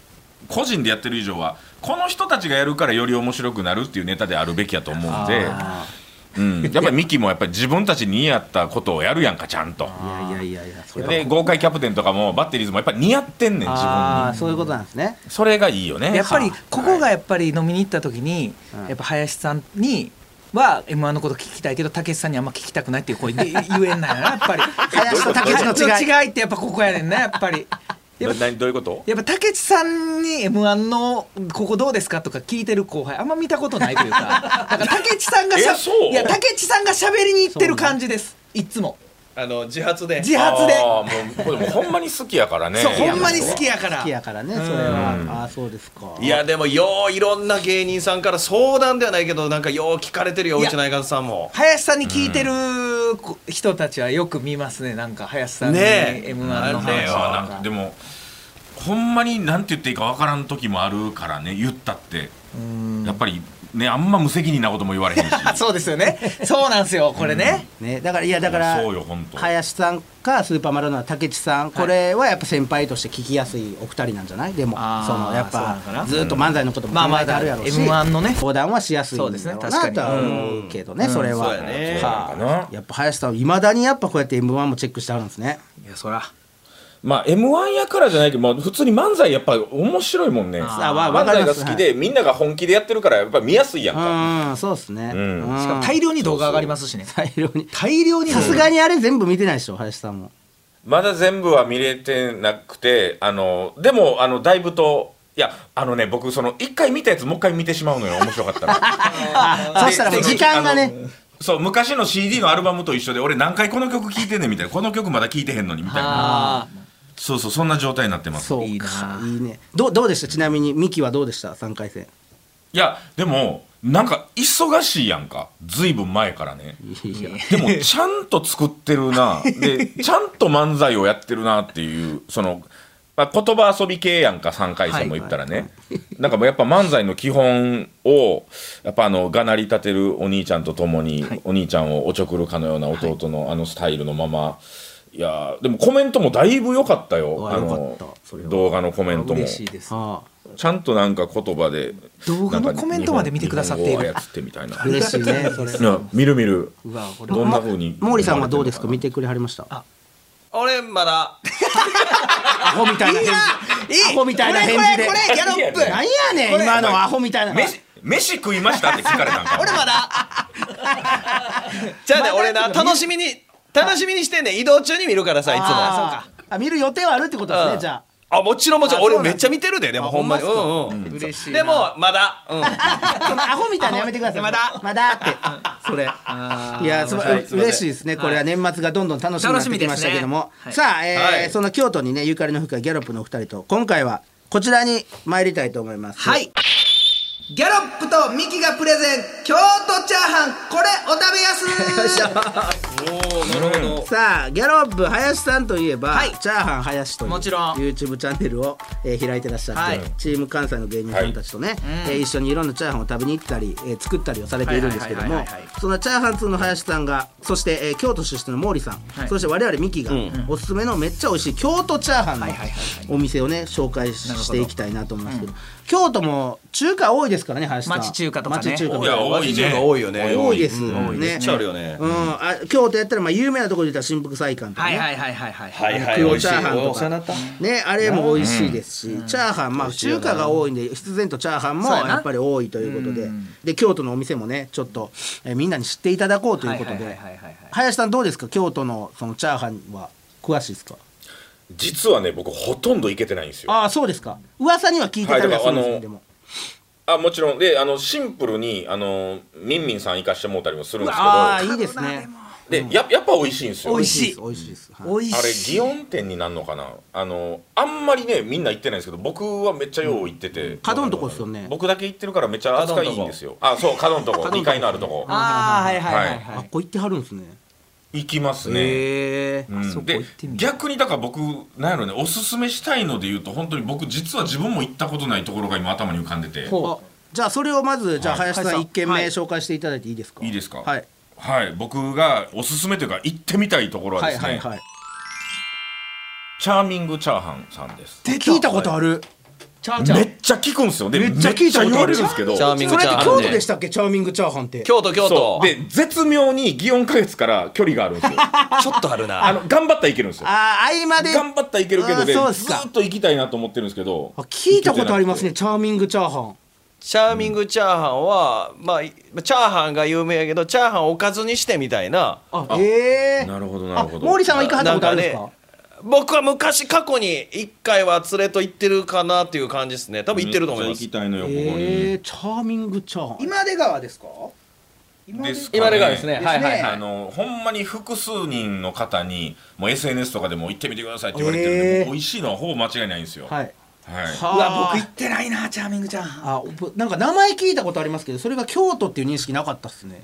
Speaker 5: 個人でやってる以上はこの人たちがやるからより面白くなるっていうネタであるべきやと思うんで。うん、やっぱりミキもやっぱり自分たちに似合ったことをやるやんかちゃんと
Speaker 3: いやいやいやいやそれは
Speaker 5: で豪快キャプテンとかもバッテリーズもやっぱり似合ってんねん自分
Speaker 3: ああそういうことなんですね
Speaker 5: にそれがいいよね
Speaker 2: やっぱりここがやっぱり飲みに行った時に、やっぱ林さんには m 1のこと聞きたいけど武さんにあんま聞きたくないっていう声で言えんないなやっぱり
Speaker 3: 林と武の違い
Speaker 2: の違いってやっぱここやねんなやっぱり。やっぱ
Speaker 5: ななどういうこと
Speaker 2: やっぱ武智さんに m 1のここどうですかとか聞いてる後輩あんま見たことないというかだから武智さんがしゃ
Speaker 5: えそう
Speaker 2: いや武智さんが喋りに行ってる感じですいつも
Speaker 4: あの自発で
Speaker 2: 自発で
Speaker 5: あーもうこれもうほんまに好きやからね
Speaker 2: そうほんまに好きやから
Speaker 3: 好きやからねそれはああそうですか
Speaker 4: いやでもよういろんな芸人さんから相談ではないけどなんかよう聞かれてるよ
Speaker 2: いうや
Speaker 4: ちの相方さんも
Speaker 2: 林さんに聞いてるこ人たちはよく見ますねなんか林さんに
Speaker 4: ねえ
Speaker 2: m 1の
Speaker 5: あれ
Speaker 2: 話
Speaker 5: はなん
Speaker 2: と
Speaker 5: か
Speaker 2: か
Speaker 5: でもほんまになんて言っていいかわからん時もあるからね言ったってやっぱりねあんま無責任なことも言われへん し
Speaker 2: あそうですよねそうなんですよこれね、
Speaker 3: ねだからいやだから
Speaker 5: そうよほんと
Speaker 3: 林さんかスーパーマルの竹内さんこれはやっぱ先輩として聞きやすいお二人なんじゃないでも
Speaker 2: あー
Speaker 3: そのやっ
Speaker 2: そうなのかな
Speaker 3: ぱずっと漫才のことも
Speaker 2: まあ
Speaker 3: 考
Speaker 2: ま
Speaker 3: えて
Speaker 2: だ
Speaker 3: あるやろうし
Speaker 2: M1 のね
Speaker 3: 相談はしやすいんだ
Speaker 2: そうですね
Speaker 3: ろう
Speaker 2: 確か
Speaker 3: な
Speaker 2: に
Speaker 3: とは思うけどねそれ
Speaker 4: そう
Speaker 3: は
Speaker 4: やね
Speaker 3: は
Speaker 5: そうなんか
Speaker 3: いやっぱ林さんいまだにやっぱこうやって M1 もチェックしてあるんですね
Speaker 2: いやそら
Speaker 5: まあ m 1やからじゃないけど、まあ、普通に漫才やっぱ面白いもんね
Speaker 3: あわわ
Speaker 5: 漫
Speaker 3: かり
Speaker 5: 才
Speaker 3: ま
Speaker 5: が
Speaker 3: す
Speaker 5: 好きで、みんなが本気でやってるからやっぱ見やすいやん
Speaker 3: う
Speaker 5: か
Speaker 3: んそうですね
Speaker 5: ん
Speaker 3: うん
Speaker 2: しかも大量に動画上がりますしね
Speaker 3: 大量に
Speaker 2: 大量に
Speaker 3: さすがにあれ全部見てないでしょ林さんも
Speaker 5: まだ全部は見れてなくてあのでもあのだいぶといやあのね僕その一回見たやつもう一回見てしまうのよ面白 かったら
Speaker 3: あそしたらもう
Speaker 5: でで
Speaker 3: 時間がね
Speaker 5: あのそう昔の CD のアルバムと一緒で俺何回この曲聴いてんねんみたいなこの曲まだ聴いてへんのにみたいなそうそうそんな状態になってます
Speaker 3: そう
Speaker 2: いい
Speaker 3: か
Speaker 2: ない
Speaker 3: いねどうどうでしたちなみにミキはどうでした3回戦
Speaker 5: いやでもなんか忙しいやんかずいぶん前からね
Speaker 3: いや
Speaker 5: でもちゃんと作って るなでちゃんと漫才をやってるなっていうその、まあ、言葉遊び系やんか3回戦も言ったらね、なんかもうやっぱ漫才の基本をやっぱあのがなり立てるお兄ちゃんと共に、お兄ちゃんをおちょくるかのような弟のあのスタイルのまま。いやーでもコメントもだいぶ良かったよ
Speaker 3: わ
Speaker 5: あ
Speaker 3: 良
Speaker 5: の
Speaker 3: かったそれは
Speaker 5: 動画のコメントも
Speaker 2: 嬉しい
Speaker 5: ち
Speaker 2: です
Speaker 3: ああ
Speaker 5: ゃんとなんか言葉で
Speaker 2: 動画の
Speaker 5: なんか
Speaker 2: コメントまで見てくださっている
Speaker 5: 日本語を操ってみたいな
Speaker 3: 嬉しいねそれ
Speaker 5: いや見る見る
Speaker 2: うわこれ
Speaker 5: どんな風に
Speaker 3: 毛利さんはどうですか見てくれはりましたア
Speaker 4: 俺まだ
Speaker 3: ホみたいな返事アホみたいな返事で
Speaker 2: これこれギャロップ
Speaker 3: 何やねん今のアホみたいな
Speaker 5: 飯飯食いましたって聞かれたん か俺まだ
Speaker 4: じゃあね俺な楽しみに楽しみにしてんねん移動中に見るからさいつも
Speaker 3: あそうかあ見る予定はある ってことです
Speaker 4: う
Speaker 3: ね
Speaker 4: ん
Speaker 3: じゃ
Speaker 4: あもちろんもちろん
Speaker 3: あそうな
Speaker 4: 俺
Speaker 3: んだ
Speaker 4: めっちゃ見てるででもほんまに
Speaker 3: ほんまっすか
Speaker 4: うんうん
Speaker 2: 嬉しいな
Speaker 4: でもまだうん
Speaker 3: あそのアホみたいなやめてください
Speaker 2: まだ
Speaker 3: まだって
Speaker 2: そ れあー
Speaker 3: いやすば
Speaker 2: 面白
Speaker 3: 嬉しいですねこれは年末がどんどん楽しみになってきましたけども
Speaker 2: 楽しみですね
Speaker 3: さあ
Speaker 4: は
Speaker 3: えー
Speaker 4: い
Speaker 3: その京都にねゆかりの深いギャロップのお二人と今回はこちらに参りたいと思います
Speaker 2: はい
Speaker 3: ギャロップとミキがプレゼン京都チャーハンこれお食べやすさあギャロップ林さんといえば、
Speaker 2: はい
Speaker 3: チャーハン林という
Speaker 2: もちろん
Speaker 3: YouTube チャンネルを、えー開いてらっしゃって、
Speaker 2: はい
Speaker 3: チーム関西の芸人さんたちとね、えー一緒にいろんなチャーハンを食べに行ったり、えー作ったりをされているんですけど
Speaker 2: は
Speaker 3: も
Speaker 2: いはいはいはいは
Speaker 3: そのチャーハン通の林さんがそして、えー京都出身の毛利さん、
Speaker 2: はい
Speaker 3: そして我々ミキが、おすすめのめっちゃ美味しい京都チャーハンの
Speaker 2: はいはいはいはい
Speaker 3: お店をね紹介し
Speaker 2: なるほど
Speaker 3: していきたいなと思いますけど、京都も中華多いですからね林さん
Speaker 2: 町中華とかね
Speaker 3: 町中華と
Speaker 5: いや
Speaker 3: か
Speaker 5: 多いね
Speaker 4: 多いよね
Speaker 3: 多いです、
Speaker 4: う
Speaker 3: ね
Speaker 4: んめっちゃあるよね
Speaker 3: うん、あ京都やったらまあ有名なところで言ったら新福祭館とか
Speaker 2: は
Speaker 3: ね、
Speaker 2: いはいはいはいはい
Speaker 4: はいはい
Speaker 3: 黒
Speaker 4: 美味し
Speaker 3: チ
Speaker 4: い
Speaker 3: ャーハンと
Speaker 4: お世話になった
Speaker 3: かねあれも美味しいですし、チャーハンまあ中華が多いんで必然とチャーハンも
Speaker 2: そうやな
Speaker 3: やっぱり多いということでで京都のお店もねちょっと、えーみんなに知っていただこうということ
Speaker 2: はいはい
Speaker 3: で
Speaker 2: はいはいはい
Speaker 3: 林さんどうですか京都のそのチャーハンは詳しいですか
Speaker 5: 実はね僕ほとんど行けてないんですよ
Speaker 3: ああそうですか噂には聞いてたりはするんですよ、
Speaker 5: はいだからあの
Speaker 3: でも
Speaker 5: あもちろんであのシンプルにあのみんみんさん行かしてもうたりもするんです
Speaker 3: ああいいですね
Speaker 5: けどでややっぱ美味しいんですよ
Speaker 2: 美味しい
Speaker 3: 美味しいです、はい
Speaker 2: 美味
Speaker 5: あれ
Speaker 2: しい
Speaker 5: 祇園店になるのかなあのあんまりねみんな行ってないんですけど僕はめっちゃよう行ってて、
Speaker 3: 角んとこっすよね
Speaker 5: 僕だけ行ってるからめっちゃ扱いいいんですよあそう角のとこ2階のあるとこ
Speaker 2: ああはいはいはい
Speaker 3: あ
Speaker 2: は
Speaker 3: こ
Speaker 2: いう
Speaker 3: 行ってはるんですね
Speaker 5: 行きますね、
Speaker 2: へえ
Speaker 5: うん
Speaker 2: あそこ
Speaker 5: で
Speaker 2: 行ってみよう
Speaker 5: 逆にだから僕なんやろねおすすめしたいので言うと本当に僕実は自分も行ったことないところが今頭に浮かんでて
Speaker 2: ほう
Speaker 3: あじゃあそれをまずじゃあ林さ
Speaker 2: は
Speaker 3: ん
Speaker 2: い
Speaker 3: 一軒目
Speaker 2: はい
Speaker 3: 紹介していただいていいですか
Speaker 5: いいですか
Speaker 3: はい
Speaker 5: はい、僕がおすすめというか行ってみたいところは
Speaker 3: は
Speaker 5: で
Speaker 3: い
Speaker 5: すね、
Speaker 3: はいはい。
Speaker 5: チャーミングチャーハンさんです
Speaker 3: 聞いたことある。
Speaker 2: チャーチャ
Speaker 5: め
Speaker 2: ー
Speaker 5: っちゃ聞くんですよで
Speaker 3: めっちゃ聞いたことある
Speaker 5: めっち言われるんですけど
Speaker 4: チャーミン
Speaker 3: そ
Speaker 4: グ
Speaker 3: れって
Speaker 4: チャーハン
Speaker 3: 京都でしたっけ、チャーミングチャーハンって。
Speaker 4: 京都京
Speaker 5: そ
Speaker 4: 都
Speaker 5: うで絶妙に祇園花月から距離があるんです よ
Speaker 4: ちょっとあるな
Speaker 5: あの頑張ったらいけるんですよ
Speaker 3: ああ、合間で。
Speaker 5: 頑張ったらいけるけど
Speaker 3: あ
Speaker 5: で
Speaker 3: ーそうで
Speaker 5: ず
Speaker 3: すか
Speaker 5: ーっと行きたいなと思ってるんですけど
Speaker 3: あ聞いたことありますね、チャーミングチャーハン。
Speaker 4: チャーミングチャーハンは、まあいチャーハンが有名やけどチャーハンおかずにしてみたいな
Speaker 3: あ、ええ
Speaker 5: なるほどな
Speaker 3: あ、
Speaker 5: るほど
Speaker 3: 毛利さんは行かはったことあるんですか。
Speaker 4: なん僕は昔過去に1回は連れと行ってるかなっていう感じですね多分行ってると思いま
Speaker 5: め
Speaker 4: す
Speaker 5: っちゃ行きたいのよここに、
Speaker 3: ええチャーミングチャーハン。
Speaker 2: 今出川ですか今出
Speaker 5: ですかね
Speaker 4: 今出川ですねはいはい
Speaker 5: あのほんまに複数人の方にもう SNS とかでも行ってみてくださいって言われてるんで、
Speaker 3: えー
Speaker 5: もう美味しいのはほぼ間違いないんですよ
Speaker 3: はい。
Speaker 5: はいう
Speaker 2: わ
Speaker 3: はあ
Speaker 2: 僕行ってないなチャーミングチャーハン
Speaker 3: あ、おなんか名前聞いたことありますけど、それが京都っていう認識なかったっすね。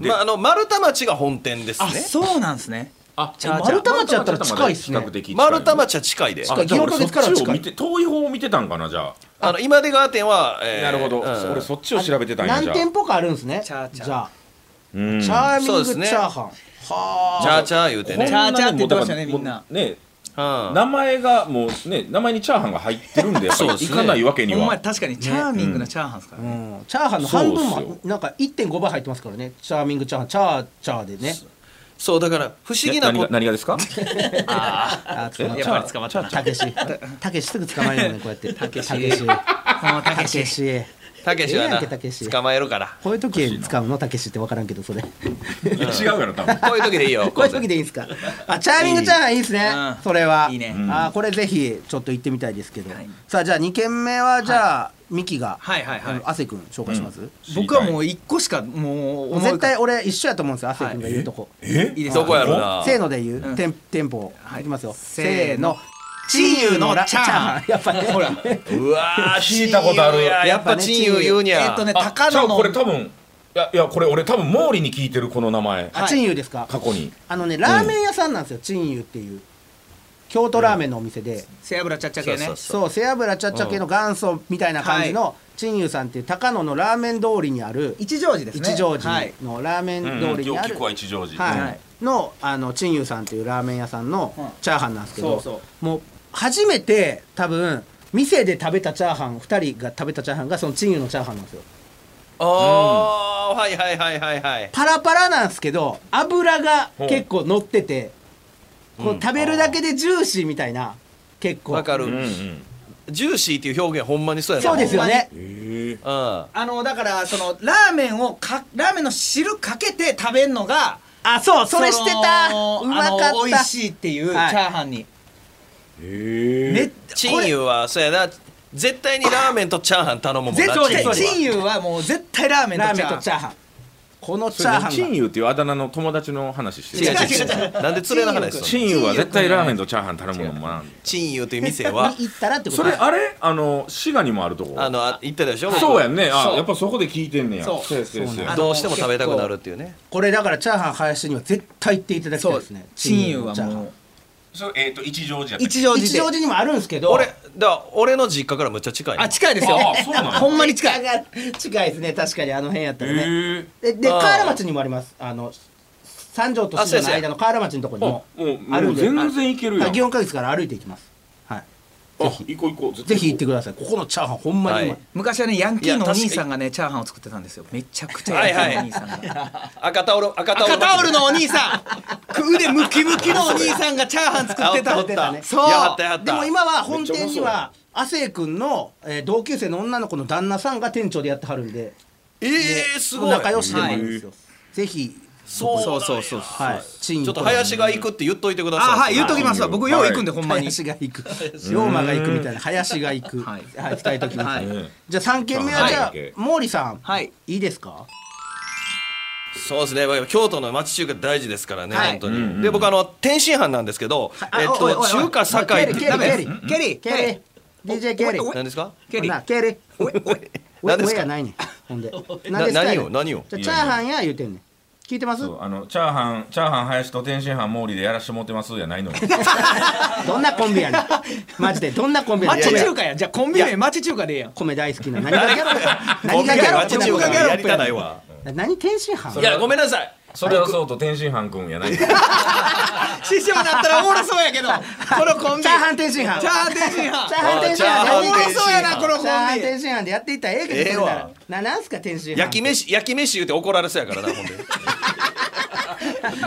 Speaker 4: まあ、あの丸太町が本店です
Speaker 2: あ
Speaker 4: ね
Speaker 2: そうなんですね
Speaker 5: あ
Speaker 2: チャーチャー
Speaker 3: 丸太町やったら近いっすね
Speaker 5: 比較的近い
Speaker 4: 丸太町は近いで
Speaker 5: あじゃあ俺
Speaker 3: 祇園花月からは
Speaker 5: そっちを
Speaker 3: 近い
Speaker 5: 見て遠い方を見てたんかなじゃ
Speaker 4: あの今出川店は、
Speaker 5: あ
Speaker 4: えー
Speaker 5: なるほど、
Speaker 4: うん
Speaker 5: 俺そっちを調べてたんや
Speaker 3: 何
Speaker 5: じゃあ
Speaker 3: 店舗かあるんですね。
Speaker 2: チャーチャー
Speaker 3: じゃあ、
Speaker 5: うん
Speaker 3: チャーミン
Speaker 4: そう
Speaker 3: グ
Speaker 4: ですね
Speaker 3: チャーハン。はあ。
Speaker 4: チャーチャー言うて
Speaker 5: ほんま
Speaker 4: ね
Speaker 2: チャー
Speaker 5: に
Speaker 2: チャーって言ってましたね
Speaker 5: もう
Speaker 2: みんな
Speaker 5: ね
Speaker 4: うん
Speaker 5: 名前がもうね名前にチャーハンが入ってるんでやっぱり
Speaker 4: そうですね
Speaker 5: 行かないわけに
Speaker 2: ほんま
Speaker 5: は
Speaker 2: や確かにチャーミングなチャーハンですからね
Speaker 3: うんチャーハンの半分
Speaker 5: そうっ
Speaker 3: も
Speaker 5: す
Speaker 3: なんか1.5倍入ってますからねチャーミングチャーハンチャーチャーでね
Speaker 4: そうだから不思議な
Speaker 5: 何
Speaker 4: こ
Speaker 5: が
Speaker 4: と
Speaker 5: 何がですか
Speaker 3: あー捕まっ
Speaker 2: やっぱり捕まったな
Speaker 3: たけしたけしすぐ捕ま えるのねこうやってたけしたけし
Speaker 2: もうたけ
Speaker 3: たけ
Speaker 2: し
Speaker 3: し
Speaker 4: たけしは
Speaker 3: ええや
Speaker 4: なん
Speaker 3: けたけし
Speaker 4: 捕まえるから
Speaker 3: こういう時使うのたけしって分からんけどそれ
Speaker 5: 違うやろ多分
Speaker 4: こういう時 でいいよ
Speaker 3: こういう時でいいんですかあチャーミングチャーハンいいですね
Speaker 2: うん
Speaker 3: それはい
Speaker 2: いね
Speaker 3: あーこれぜひちょっと行ってみたいですけど
Speaker 2: はい
Speaker 3: さあじゃあ2軒目はじゃあミキが
Speaker 2: はいはいはい
Speaker 3: あの亜生君紹介します
Speaker 2: 僕はもう一個しかもう
Speaker 3: もう絶対俺一緒やと思うんですよ亜生君が言うとこ
Speaker 5: え
Speaker 2: いいです
Speaker 4: どこやろな
Speaker 3: せーので言う、テンテンポ
Speaker 2: はい
Speaker 3: いきますよ、
Speaker 2: せ
Speaker 3: せ
Speaker 2: ー
Speaker 3: ー
Speaker 2: の
Speaker 3: の
Speaker 2: チーユのチャーハン
Speaker 3: やっ ぱね
Speaker 2: ほら
Speaker 4: うわー
Speaker 5: 聞いたことある
Speaker 4: チーユややっぱチンユ言うにゃ
Speaker 2: えっとね
Speaker 5: あ
Speaker 2: 高
Speaker 5: ちゃ
Speaker 2: 野
Speaker 5: うこれ
Speaker 2: の
Speaker 5: 多分いやいやこれ俺多分毛利に聞いてるこの名前
Speaker 3: あチンユですか
Speaker 5: 過去に
Speaker 3: あのねラーメン屋さんなんですよ、チンユっていう京都ラーメンのお店で、
Speaker 2: 背脂チャーチャー系ね
Speaker 4: そうそうそう
Speaker 3: そう背脂ちゃっちゃ系の元祖みたいな感じの、チンユさんっていう高野のラーメン通りにある
Speaker 2: 一条寺ですね
Speaker 3: 一条
Speaker 2: は
Speaker 3: 寺
Speaker 2: い
Speaker 3: のラーメン通りにある、
Speaker 5: 一乗寺
Speaker 3: はい
Speaker 2: はい
Speaker 3: のあの陳友さんというラーメン屋さん
Speaker 2: うん
Speaker 3: のチャーハンなんですけど、
Speaker 2: そう
Speaker 3: もう初めて多分店で食べたチャーハン2人が食べたチャーハンがその陳友のチャーハンなんですよ
Speaker 4: あー、はいはいはいはいはい
Speaker 3: パラパラなんですけど油が結構乗ってて、こう食べるだけでジューシーみたいな結構
Speaker 4: わかる、
Speaker 5: うんうん
Speaker 4: ジューシーっていう表現ほんまにそうやな
Speaker 3: そうですよね
Speaker 5: え
Speaker 4: うんあ
Speaker 2: あのだからそのラーメンをかラーメンの汁かけて食べるのが
Speaker 3: あそうそれしてた
Speaker 2: の
Speaker 3: うまかった
Speaker 2: あの美味しいっていうチャ
Speaker 3: はい
Speaker 2: ーハンに
Speaker 5: え
Speaker 2: めっ
Speaker 4: チンユはそうやな絶対にラーメンとチャーハン頼むもんな
Speaker 2: 絶
Speaker 3: そうです
Speaker 2: 対
Speaker 4: チンユは
Speaker 2: 珍友はもう絶対ラーメンと
Speaker 3: ラー
Speaker 2: チ
Speaker 3: メン
Speaker 2: ャーハ
Speaker 3: と
Speaker 2: ン
Speaker 3: チャーハンこのチ
Speaker 5: そ
Speaker 3: ャーハンが
Speaker 5: れね陳友っていうあだ名の友達の話して
Speaker 4: 違う
Speaker 5: る
Speaker 4: 違う違うなんで連れながらです
Speaker 5: 陳友は絶対ラーメンとチャーハン頼むのもな
Speaker 4: チンユという 店は
Speaker 3: に行ったらってこと
Speaker 5: それあれあの滋賀にもあるとこ
Speaker 4: あのあ言ったでしょ僕
Speaker 5: そうやんね
Speaker 2: そ
Speaker 5: あ
Speaker 2: う
Speaker 5: やっぱそこで聞いてんねや
Speaker 2: そう
Speaker 5: やそうやそうや
Speaker 2: あの
Speaker 4: どうしても食べたくなるっていうね
Speaker 3: これだからチャーハン林には絶対行っていただきたい
Speaker 2: そう
Speaker 3: ですね
Speaker 2: 珍
Speaker 3: 友
Speaker 2: 友はもう
Speaker 5: そうえっと一乗寺やったっけ
Speaker 2: 一条寺
Speaker 3: 一
Speaker 2: で
Speaker 3: 乗寺にもあるんですけど
Speaker 4: 俺だから俺の実家からむっちゃ近いね
Speaker 2: あ近いですよ
Speaker 5: あそうなんや
Speaker 2: ほんまに近い
Speaker 3: い近いですね確かにあの辺やったらね
Speaker 5: へ
Speaker 3: で
Speaker 5: え
Speaker 3: で
Speaker 4: あー
Speaker 3: 河原町にもありますあの三条と
Speaker 4: あそう
Speaker 3: 静
Speaker 4: や
Speaker 3: の
Speaker 4: そう
Speaker 3: 間
Speaker 4: や
Speaker 3: の河原町のとこに
Speaker 5: あ
Speaker 3: も
Speaker 5: もう
Speaker 3: ある
Speaker 5: も
Speaker 3: ん
Speaker 5: う
Speaker 3: で
Speaker 5: 全然いけるやんあ
Speaker 3: 祇園花月から歩いていきますはい
Speaker 5: 行こう行こう
Speaker 3: ぜひ行ってくださいここのチャーハンほんまにうま
Speaker 4: はいい
Speaker 2: 昔はねヤンキーのお兄さんがねチャーハンを作ってたんですよめちゃくちゃヤンキーのお兄さんが、
Speaker 4: 赤タオル赤タオル
Speaker 2: 赤タオルのお兄さん腕ムキムキのお兄さんがチャーハン作ってた
Speaker 4: あおったおった ね
Speaker 2: そう
Speaker 4: やはったやはった
Speaker 3: でも今は本店には亜生君の、えー同級生の女の子の旦那さんが店長でやってはるんで
Speaker 4: えー、すごい
Speaker 3: 仲良しでもあるんですよ、ぜひ
Speaker 4: そうそうそう
Speaker 2: そうそう
Speaker 3: はいち
Speaker 4: ちょっと林が行
Speaker 3: く
Speaker 4: くって言っといてください
Speaker 2: あはい言っときますわ僕よう行くんでほんまに
Speaker 3: 林が行く龍馬が行くみたいな林が行 く
Speaker 2: は
Speaker 3: はいい伝えときま
Speaker 2: は
Speaker 3: す
Speaker 2: い
Speaker 5: うん
Speaker 3: じゃあ3軒目はじゃあ
Speaker 5: はい
Speaker 3: 毛利さん
Speaker 2: はい
Speaker 3: いいですか
Speaker 4: そうですねまあ京都の町中華大事ですからね、
Speaker 2: はい
Speaker 4: 本当に、で僕あの天津飯なんですけど、
Speaker 3: あ
Speaker 4: えっ
Speaker 3: おいおい
Speaker 4: と
Speaker 3: おい
Speaker 4: 中華堺って
Speaker 3: ケリ
Speaker 4: ダメ
Speaker 3: ケリ
Speaker 4: です
Speaker 2: ケリー
Speaker 3: ケリ DJ ケリ
Speaker 2: おいおい
Speaker 4: 何ですか
Speaker 2: ケリー
Speaker 3: なケリ
Speaker 2: おいおい
Speaker 3: 上
Speaker 4: 何ですか
Speaker 3: やないねんほんで
Speaker 4: な何を何を
Speaker 3: じゃあチャーハンや言うてんねん聞いてます
Speaker 5: そうあのチャーハンチャーハン林と天津飯毛利でやらしてもってますじゃないのよ
Speaker 3: どんなコンビ やねんマジでどんなコンビやねん
Speaker 2: 町中華やんじゃあコンビ名町中華でええやん
Speaker 3: 米大好きな何がギャロップや
Speaker 4: コン
Speaker 3: 何
Speaker 4: ビ
Speaker 3: が
Speaker 4: 名
Speaker 3: ギャロップなの
Speaker 4: は中華
Speaker 3: か
Speaker 4: がやりたないわ
Speaker 3: 何天津飯
Speaker 4: いやごめんなさい
Speaker 5: それはそうと天津飯くんやないの
Speaker 2: システムだったらおもろそうやけどこのコンビ
Speaker 3: チャーハン天津飯
Speaker 2: チャーハン天津飯
Speaker 3: チャーハン天津
Speaker 4: チャー
Speaker 3: 飯
Speaker 4: ハン
Speaker 3: で
Speaker 4: 天
Speaker 2: おも
Speaker 4: 津
Speaker 2: ろ
Speaker 4: 飯
Speaker 2: そうやなこのコン
Speaker 3: チャーハン
Speaker 2: ビ
Speaker 3: 天津飯でやっていったらええけど
Speaker 4: ええ
Speaker 3: それな
Speaker 4: わ
Speaker 3: らななんすか天津飯
Speaker 4: 焼き飯焼き飯言うて怒られそうやから なほんで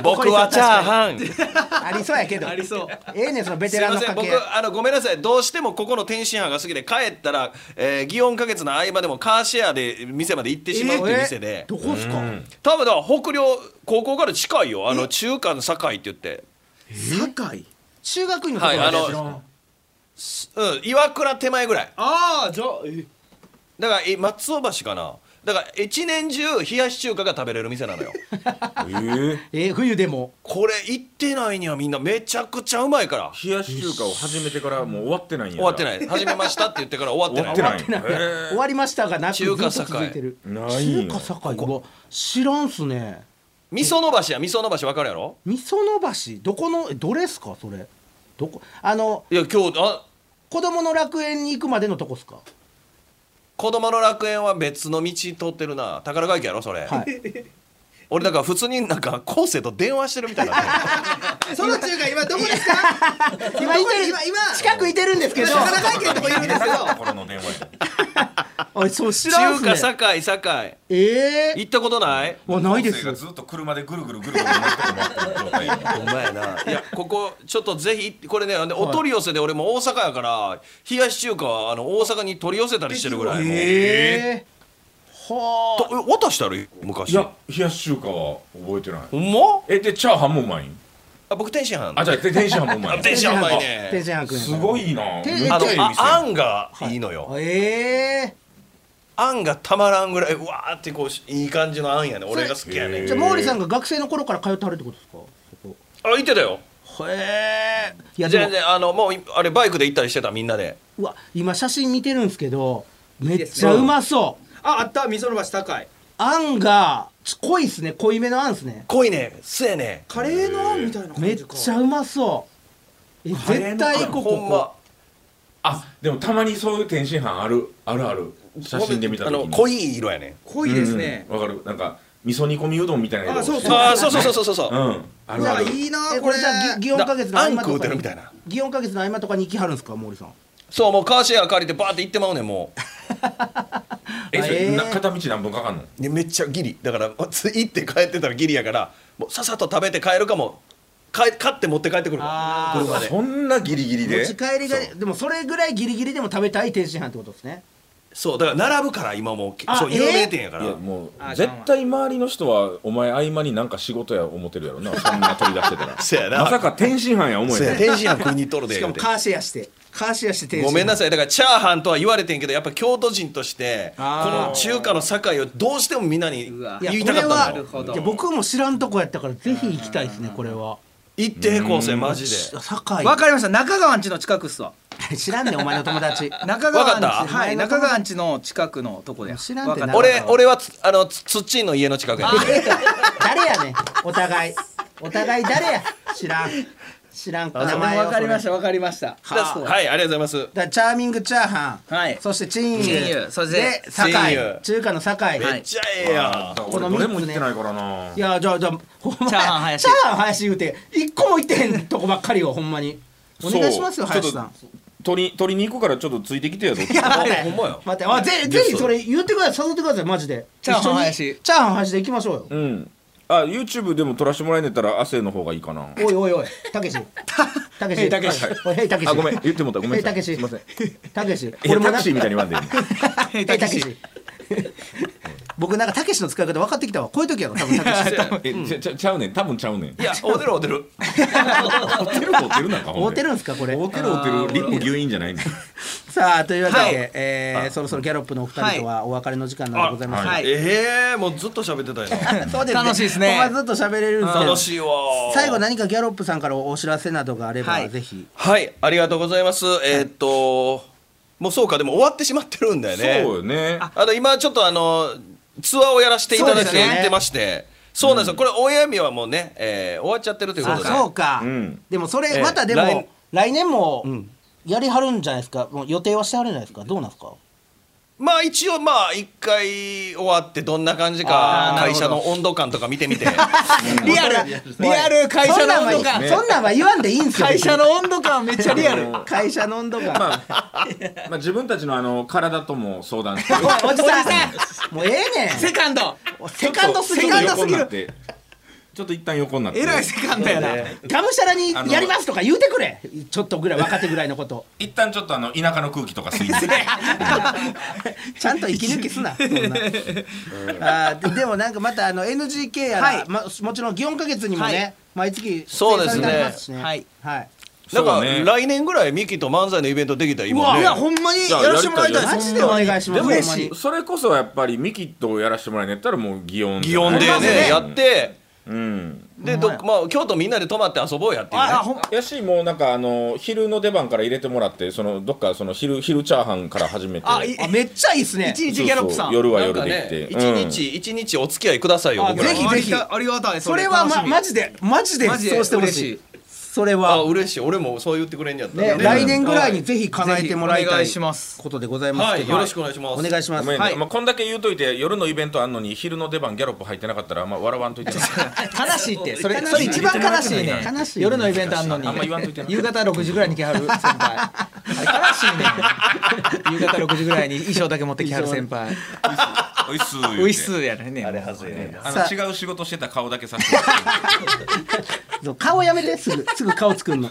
Speaker 4: 僕はチャーハン
Speaker 3: ありそうやけど
Speaker 2: ありそう
Speaker 3: ええねんそのベ
Speaker 4: す
Speaker 3: テ
Speaker 4: い
Speaker 3: ランの
Speaker 4: ませ
Speaker 3: 家
Speaker 4: ん
Speaker 3: 系
Speaker 4: 僕あのごめんなさいどうしてもここの天津飯が好きで帰ったら、えー、祇園花月の合間でもカーシェアで店まで行ってしまうっていう店で、
Speaker 3: どこっすか
Speaker 4: 多分だから北陵高校から近いよあの中間の堺って言って、
Speaker 3: 堺中学院のとこ
Speaker 4: はい
Speaker 3: ろ
Speaker 4: あ
Speaker 3: あ
Speaker 4: のすうん岩倉手前ぐらい
Speaker 2: ああじゃあえ
Speaker 4: だからえ松尾橋かなだから一年中冷やし中華が食べれる店なのよ
Speaker 5: え
Speaker 3: ええ冬でも
Speaker 4: これ行ってないにはみんなめちゃくちゃうまいから
Speaker 5: 冷やし中華を始めてからもう終わってないんや
Speaker 4: 終わってないい始めましたって言ってから終わって
Speaker 5: 終
Speaker 4: な
Speaker 5: わ
Speaker 4: い
Speaker 5: ってない
Speaker 3: 終わりましたがなくずっ
Speaker 4: 中
Speaker 3: と
Speaker 4: 華
Speaker 3: 続いてる
Speaker 5: ないん
Speaker 3: 中
Speaker 5: や
Speaker 3: 華堺は知らんすね
Speaker 4: 味噌の橋や味噌の橋分かるやろ
Speaker 3: 味噌の橋どこのえどれっすかそれどこあの
Speaker 4: いや今日あ
Speaker 3: 子供の楽園に行くまでのとこっすか
Speaker 4: 子供の楽園は別の道通ってるな宝ヶ池やろそれ、
Speaker 3: はい
Speaker 4: 俺だから普通になんか昴生と電話してるみたいな
Speaker 2: その中華今どこですか
Speaker 3: 今いてる
Speaker 2: 今今
Speaker 3: 近くいてるんですけど
Speaker 2: 会見の とこいるんですよ
Speaker 5: これの電話や
Speaker 3: あそう 知らん
Speaker 4: 中
Speaker 3: すね
Speaker 4: 華堺堺
Speaker 3: ええ
Speaker 4: 行ったことない
Speaker 3: わないです
Speaker 5: 昴生がずっと車でぐるぐるぐるぐる回って回ってる状態や
Speaker 4: ほんまやないやここちょっとぜひこれねお取り寄せで俺も大阪やから冷やし中華はあの大阪に取り寄せたりしてるぐらいもう
Speaker 3: ええは
Speaker 4: とえ渡したる昔
Speaker 5: いや冷やし中華は覚えてない
Speaker 4: ほんま
Speaker 5: えでチャーハンもうまいん
Speaker 4: あ僕天津飯
Speaker 5: あじゃあで天津飯もうまい
Speaker 4: あ
Speaker 5: ん
Speaker 4: 天津飯うまい
Speaker 3: あ
Speaker 4: ね
Speaker 3: 天津飯くんや
Speaker 5: す
Speaker 3: から
Speaker 5: ごいな
Speaker 3: 天
Speaker 5: めっち
Speaker 4: あ
Speaker 5: ゃ
Speaker 4: の
Speaker 5: いい
Speaker 4: あ
Speaker 5: 店
Speaker 4: あんがいいのよ、
Speaker 3: ええ
Speaker 4: あんがたまらんぐらいうわーってこういい感じのあんやね俺が好きやね
Speaker 3: じゃあ毛利さんが学生の頃から通ってはるってことですかそ
Speaker 4: あ行ってたよ
Speaker 3: こへえいやで
Speaker 4: 全
Speaker 3: も
Speaker 4: 然あのもういあれバイクで行ったりしてたみんなで
Speaker 3: うわ今写真見てるんですけどめっ
Speaker 2: です
Speaker 3: ちゃ
Speaker 2: ね
Speaker 3: うまそう
Speaker 2: ああった溝の橋高い
Speaker 3: あんがち濃いっすね濃いめのあんっすね
Speaker 4: 濃いねすやね
Speaker 2: カレーのあんみたいな
Speaker 3: めっちゃうまそうえ絶対ここ
Speaker 4: ほんま
Speaker 5: あでもたまにそういう天津飯あるあるある写真で見た
Speaker 4: あ
Speaker 5: 時
Speaker 4: の
Speaker 5: に
Speaker 4: 濃い色やね
Speaker 2: 濃いですね
Speaker 5: うんわかるなんか味噌煮込みうどんみたいな
Speaker 2: あそうそう
Speaker 4: ああそうそうそうそうそうそう、
Speaker 5: うんあ
Speaker 2: い
Speaker 5: るあ
Speaker 2: や
Speaker 5: る
Speaker 2: いいな
Speaker 3: え
Speaker 2: こ
Speaker 3: こ
Speaker 2: れ
Speaker 3: れじゃあぎ祇園花月の合間
Speaker 4: あんこ
Speaker 3: と
Speaker 4: 打て
Speaker 3: か
Speaker 4: るみ
Speaker 3: に
Speaker 4: たいな
Speaker 3: 祇園花月の合間とかに行きはるんですか毛利さん
Speaker 4: そうもうカーシェア借りてバーって行ってまうねんも
Speaker 5: えそれ
Speaker 3: えー
Speaker 5: な片道何分かかんの
Speaker 4: うでめっちゃギリだからつ行って帰ってたらギリやからもうさっさと食べて帰るかも買買って持って帰ってくるわ車で
Speaker 5: そんなギリギリ
Speaker 3: 持
Speaker 5: で
Speaker 3: ち帰りがでもそれぐらいギリギリでも食べたい天津飯ってことですね
Speaker 4: そうだから並ぶから今もう
Speaker 3: あ
Speaker 4: そう
Speaker 3: えー
Speaker 4: 有名店やから、
Speaker 5: いやもう
Speaker 2: あ
Speaker 5: 絶対周りの人はお前合間になんか仕事や思ってるやろなそんな取り出してたら
Speaker 4: せやな
Speaker 5: まさか天津飯や思え
Speaker 4: そうや
Speaker 5: て
Speaker 4: 天津飯食いに行っとるで
Speaker 3: しかも
Speaker 4: 言うて
Speaker 3: カーシェアしてカーシェアして天津飯
Speaker 4: ごめんな
Speaker 3: さ
Speaker 4: さいだからチャーハンとは言われてんけどやっぱ京都人としてこ
Speaker 2: あー
Speaker 4: の中華の堺をどうしてもみんなに
Speaker 2: うわ
Speaker 3: いや
Speaker 4: 言い
Speaker 3: こ
Speaker 4: た
Speaker 3: れ
Speaker 4: か
Speaker 3: は
Speaker 4: ったのよ
Speaker 2: るほど
Speaker 3: いや僕も知らんとこやったからぜひ行きたいですねこれは
Speaker 4: 行ってへこうせマジで
Speaker 3: 堺
Speaker 2: わかりました中川んちの近くっすわ
Speaker 3: 知らんねんお前の友達
Speaker 2: 中川んち
Speaker 4: わかった
Speaker 2: はい中川んちの近くのとこで
Speaker 3: 知らんて
Speaker 2: わかった
Speaker 3: 中川
Speaker 4: 俺俺はつあのつつっちーの家の近くやね
Speaker 3: 誰やねんお互いお互い誰や知らん知らん名前を
Speaker 2: わかりました
Speaker 3: それ
Speaker 2: わかりました
Speaker 4: だ
Speaker 2: そう
Speaker 4: はいありがとうございま
Speaker 3: だからチャーミングチャーハン、
Speaker 2: はい
Speaker 3: そしてチンユ
Speaker 2: チンユそして
Speaker 3: で
Speaker 4: チンユ
Speaker 3: 堺中華の堺、
Speaker 4: す
Speaker 2: はい
Speaker 4: めっちゃええやん
Speaker 5: 俺どれも行ってないからない
Speaker 3: やじゃあじゃあほんま
Speaker 2: チャーハン林
Speaker 3: チャーハン林言うて一個も行ってへんとこばっかりよほんまにお願いしますよ
Speaker 5: そう
Speaker 3: 林さん
Speaker 5: ちょっと取り取りに行くからちょっとついてきてやぞ
Speaker 3: いや待って
Speaker 4: ほんまや
Speaker 3: 待ってあぜぜひそれ言ってください誘ってくださいマジで
Speaker 2: チャーハン
Speaker 3: 一緒に
Speaker 2: 林
Speaker 3: チャーハン林で行きましょうよ、
Speaker 5: うんあ YouTube でも撮らしてもらえんねったら汗の方がいいかな
Speaker 3: おいおいおい、たけし。たけし。
Speaker 2: へいたけし
Speaker 3: おいへいたけし。
Speaker 5: あごめん言ってもうたごめんなさい
Speaker 3: へたけし。
Speaker 5: すいません
Speaker 3: たけし。
Speaker 5: いやタクシーみたいに言わん でいい
Speaker 3: へいたけし。 僕なんかたけしの使い方分かってきたわ。こういう時やろ、多分たけし。
Speaker 5: えちゃちゃちゃうねん多分ちゃうねん
Speaker 4: いやおてるおてる
Speaker 5: 合ってる合ってるなんか
Speaker 3: 合うてるんすかこれ
Speaker 5: 合ってる合ってるリップ牛飲じゃないねん
Speaker 3: さあ、というわけで、
Speaker 2: はい
Speaker 3: えーそろそろギャロップのお二人とはお別れの時間なんでございます。
Speaker 2: あはい
Speaker 4: ええもうずっと喋ってたよ
Speaker 3: そうです
Speaker 2: 楽しいですね
Speaker 3: ほんまずっと喋れるんですけど
Speaker 4: 楽。しいわ
Speaker 3: 最後何かギャロップさんからお知らせなどがあれば、
Speaker 2: はい
Speaker 3: ぜひ。
Speaker 4: はいありがとうございますえーっともうそうかでも終わってしまってるんだよね
Speaker 5: そうよ ね
Speaker 4: あの今ちょっとあのツアーをやらせていただい
Speaker 2: そう
Speaker 4: て
Speaker 2: ですよね
Speaker 4: やってまして、そうなんですよ、これオンエア日はもうね、えー終わっちゃってるというこ
Speaker 3: あ
Speaker 4: とで
Speaker 3: そうか、
Speaker 5: ん
Speaker 3: でもそ
Speaker 4: え
Speaker 3: れ
Speaker 4: え
Speaker 3: またでも、
Speaker 4: 来
Speaker 3: 来年もやりはるんじゃないですかもう予定はしてはるんじゃないですかどうなんですか
Speaker 4: まあ一応まあ一回終わってどんな感じか
Speaker 3: あーなる
Speaker 4: 会
Speaker 3: ほ
Speaker 4: 社
Speaker 3: ど
Speaker 4: の温度感とか見てみて
Speaker 2: リアルリアル会社の温
Speaker 3: そん
Speaker 2: 度感
Speaker 3: なんはそんなんは言わんでいいんですよ
Speaker 2: 会社の温度感めっちゃリアル
Speaker 3: 会社の温度感、
Speaker 5: まあ、まあ自分たちのあの体とも相談して
Speaker 3: おいおじさん
Speaker 2: おじ
Speaker 3: もうええねん
Speaker 2: セカンド
Speaker 3: セカンドすぎる
Speaker 5: ちょっ
Speaker 3: セ
Speaker 5: と
Speaker 3: カンドすぎる
Speaker 5: 横になって ちょっと一旦横になって
Speaker 2: えらいセカンドやな
Speaker 3: がむしゃらにやりますとか言うてくれちょっとぐらい若手ぐらいのこと
Speaker 5: 一旦ちょっとあの田舎の空気とか吸いて
Speaker 3: ちゃんと息抜きす なそんなあーでもなんかまたあの NGK やら、
Speaker 2: はい
Speaker 3: ま、もちろん祇園花月にもね、
Speaker 2: はい
Speaker 3: 毎月
Speaker 4: そうですね
Speaker 3: 出演されてありますしね
Speaker 2: はい、
Speaker 3: はい、
Speaker 4: なん
Speaker 5: そ
Speaker 4: か
Speaker 5: うね
Speaker 4: 来年ぐらいミキと漫才のイベントできたらいいもん
Speaker 2: い
Speaker 4: ね
Speaker 2: やほんまにやらせてもらいたい
Speaker 3: マジでお願いします
Speaker 5: でも
Speaker 3: ほんまに
Speaker 5: それこそやっぱりミキとやらしてもらえんやったらもう祇園
Speaker 4: 祇園で
Speaker 5: じゃない
Speaker 4: ねやって
Speaker 5: うん
Speaker 4: でどまあ京都みんなで泊まって遊ぼうやっていうね
Speaker 2: あほん
Speaker 5: やしもうなんかあの昼の出番から入れてもらってそのどっかその昼昼チャーハンから始めて
Speaker 2: あい
Speaker 3: あめっちゃいいっすね
Speaker 2: 一
Speaker 5: そうそ
Speaker 2: 日
Speaker 5: う
Speaker 2: ギャロップさん
Speaker 5: 夜は
Speaker 4: なん
Speaker 5: 夜
Speaker 4: か
Speaker 5: でき
Speaker 4: ね
Speaker 5: て
Speaker 4: 一
Speaker 5: うん
Speaker 4: 日一日お付き合いくださいよ
Speaker 3: あ
Speaker 4: 僕ら
Speaker 3: ぜひ
Speaker 4: は
Speaker 3: ぜひ
Speaker 2: ありがたい
Speaker 3: それはまマ
Speaker 2: ジ
Speaker 3: ジでマジで
Speaker 2: マジで
Speaker 3: そうしてほ
Speaker 2: 嬉
Speaker 3: し
Speaker 2: しい
Speaker 3: いそれ
Speaker 4: あ
Speaker 3: は
Speaker 4: 嬉しい俺もそう言ってくれんやったら
Speaker 3: ね、
Speaker 4: ね
Speaker 3: 来年ぐらいにぜひ叶えてもらい
Speaker 2: ぜひお
Speaker 3: た
Speaker 2: 願
Speaker 3: い
Speaker 2: いします
Speaker 3: ことでございます
Speaker 4: は
Speaker 3: け
Speaker 4: い
Speaker 3: ど、
Speaker 4: よろしくお願いします
Speaker 3: お願いしま
Speaker 5: ご
Speaker 3: す。
Speaker 5: めんね
Speaker 2: はい
Speaker 5: まあ、こんだけ言うといて夜のイベントあんのに昼の出番ギャロップ入ってなかったらあんま笑わんといてな
Speaker 2: 悲しいってそれ
Speaker 3: 悲しい
Speaker 2: それ一番悲しいね
Speaker 3: 悲しいね
Speaker 2: 夜のイベントあんのに
Speaker 5: あんま言わんといてな
Speaker 2: 夕方6時ぐらいに来はる先輩あれ悲しいね夕方6時ぐらいに衣装だけ持ってきはる先輩
Speaker 5: おいっすー言う て
Speaker 2: ウイスーやねあれ
Speaker 4: はずいね
Speaker 5: あ
Speaker 3: さ
Speaker 5: の違う仕事してた顔だけさせてもらって
Speaker 3: そう顔やめてすぐすぐ顔作るの。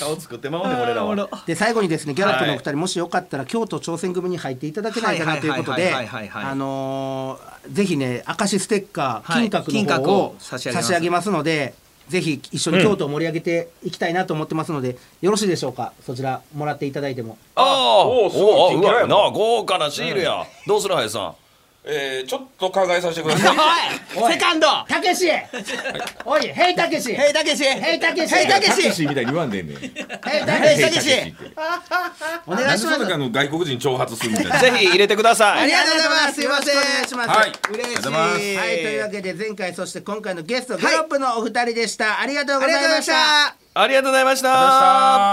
Speaker 4: 顔作ってまうね俺らは
Speaker 3: で最後にですねギャラップのお二人、もしよかったら京都挑戦組に入っていただけないかな
Speaker 2: はい
Speaker 3: と
Speaker 2: はい
Speaker 3: いう
Speaker 2: はい
Speaker 3: ことで
Speaker 2: はいはいはい
Speaker 3: あのーぜひね明石ステッカー
Speaker 2: は
Speaker 3: 金
Speaker 2: い
Speaker 3: 閣の
Speaker 2: 金閣
Speaker 3: 方を
Speaker 2: を差
Speaker 3: 差し
Speaker 2: し上げます
Speaker 3: 上げますので。ぜひ一緒に京都を盛り上げていきたいなと思ってますので、よろしいでしょうかそちらもらっていただいても
Speaker 4: ああ
Speaker 5: お
Speaker 4: お
Speaker 5: うすごい
Speaker 4: おう
Speaker 5: キラキラ
Speaker 4: わ
Speaker 5: や
Speaker 4: なあ豪華なシールやどうする林さん
Speaker 5: えー、ちょっと考えさせてください。
Speaker 2: おいセカンド
Speaker 3: たけしおいへいたけし
Speaker 2: ヘイたけし
Speaker 3: へいたけし
Speaker 2: ヘイたけし
Speaker 5: みたいに言わんでんねん。
Speaker 3: へいたけし
Speaker 2: ヘイたけし
Speaker 3: お願
Speaker 5: ないんで
Speaker 3: し
Speaker 5: そ
Speaker 3: ま
Speaker 5: ん
Speaker 3: す
Speaker 5: なあの外国人挑発するみたいな。
Speaker 4: ぜひ入れてくださ
Speaker 3: あ
Speaker 4: い
Speaker 3: りがとうございます。すいません。
Speaker 5: はい。
Speaker 2: 嬉しい
Speaker 5: ありがとうございます。
Speaker 3: はい、というわけで前回そして今回のゲストギャロップのお二人でした。ありがとうございました。
Speaker 4: ありがとうございました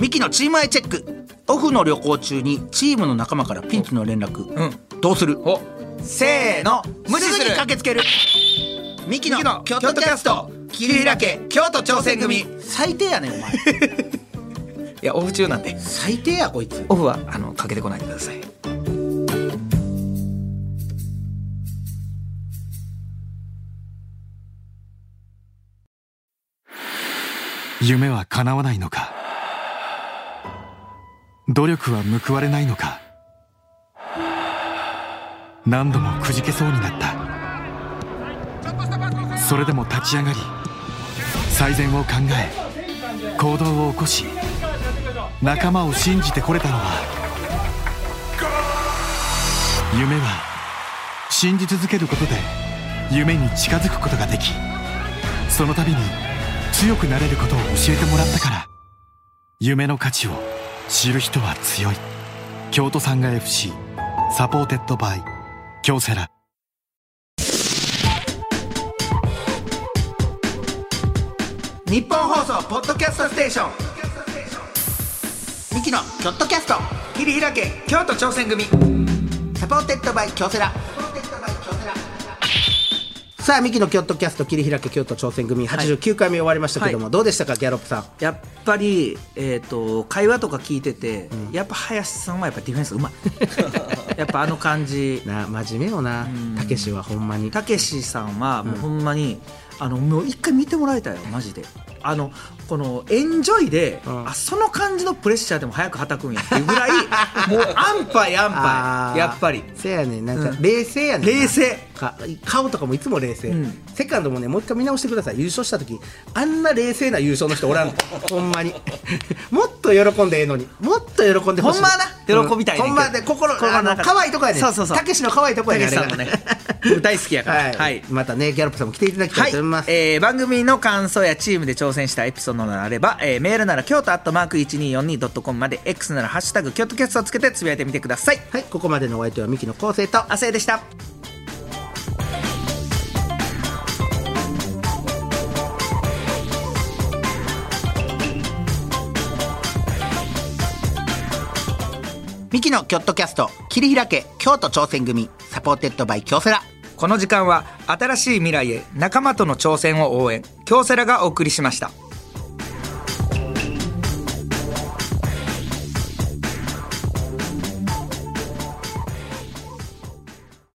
Speaker 3: ミキのチームアイチェック。オフの旅行中にチームの仲間からピンチの連絡。
Speaker 2: うん
Speaker 3: どうする？
Speaker 2: おせーの無視
Speaker 3: す
Speaker 2: す
Speaker 3: ぐに
Speaker 2: る
Speaker 3: 駆けつける。ミキ
Speaker 2: ミキの
Speaker 3: の京都キャスト。桐平家京都挑戦組。最低やねんお前。
Speaker 2: いやオフ中なんで
Speaker 3: 最低やこいつ。
Speaker 2: オフはあのかけてこないでください
Speaker 7: 夢は叶わないのか努力は報われないのか何度もくじけそうになったそれでも立ち上がり最善を考え行動を起こし仲間を信じてこれたのは夢は信じ続けることで夢に近づくことができその度に強くなれることを教えてもらったから夢の価値を知る人は強い京都産が FC サポーテッドバイ京セラ
Speaker 3: 日本放送ポッドキャストステーションミキのキョットキャスト桐平家京都挑戦組サポーテッドバイ京セラさあミキのキョットキャスト桐平家京都挑戦組89回目終わりましたけども、
Speaker 2: は
Speaker 3: どうでしたかギャロップさん
Speaker 2: やっぱり、えー、と会話とか聞いてて、やっぱ林さんはやっぱディフェンスうまい やっぱあの感じ
Speaker 3: な真面目よなたけしはほんまに
Speaker 2: たけしさんはもうほんまに、あのもう一回見てもらいたいよマジであのこのエンジョイで、
Speaker 3: うん
Speaker 2: あその感じのプレッシャーでも早くはたくんやっていうぐ らいもう安牌安
Speaker 3: あー
Speaker 2: 牌やっぱり
Speaker 3: せやねんなんか
Speaker 2: うん
Speaker 3: 冷静やねんな、
Speaker 2: 冷静
Speaker 3: か顔とかもいつも冷静、
Speaker 2: うん
Speaker 3: セカンドもねもう一回見直してください優勝した時あんな冷静な優勝の人おらん のほんまにもっと喜んでええのにもっと喜んでほしい
Speaker 2: ほんまはな喜びたいねん
Speaker 3: ほん
Speaker 2: けど
Speaker 3: まで心
Speaker 2: 心の
Speaker 3: あの
Speaker 2: 中で
Speaker 3: 可愛いとこやねん
Speaker 2: そうそうそう
Speaker 3: たけしの可愛いとこ
Speaker 2: た
Speaker 3: やね
Speaker 2: け
Speaker 3: ん
Speaker 2: しさんもね
Speaker 3: あれが
Speaker 2: 僕大好きやから
Speaker 3: はい、
Speaker 2: はい
Speaker 3: またねギャロップさんも来ていただきた
Speaker 2: はいい
Speaker 3: と思います、
Speaker 2: えー番組の感想やチームで挑戦したエピソードなどあれば、えーメールなら京都アットマーク 1242.com まで X なら「ハッシュタグ京都キャスト」をつけてつぶやいてみてください
Speaker 3: はい、ここまでのお相手はミキの昴生と
Speaker 2: 亜生でした
Speaker 8: 秋のキョットキャスト切り開け京都挑戦組サポーテッドバイ京セラ
Speaker 2: この時間は新しい未来へ仲間との挑戦を応援京セラがお送りしました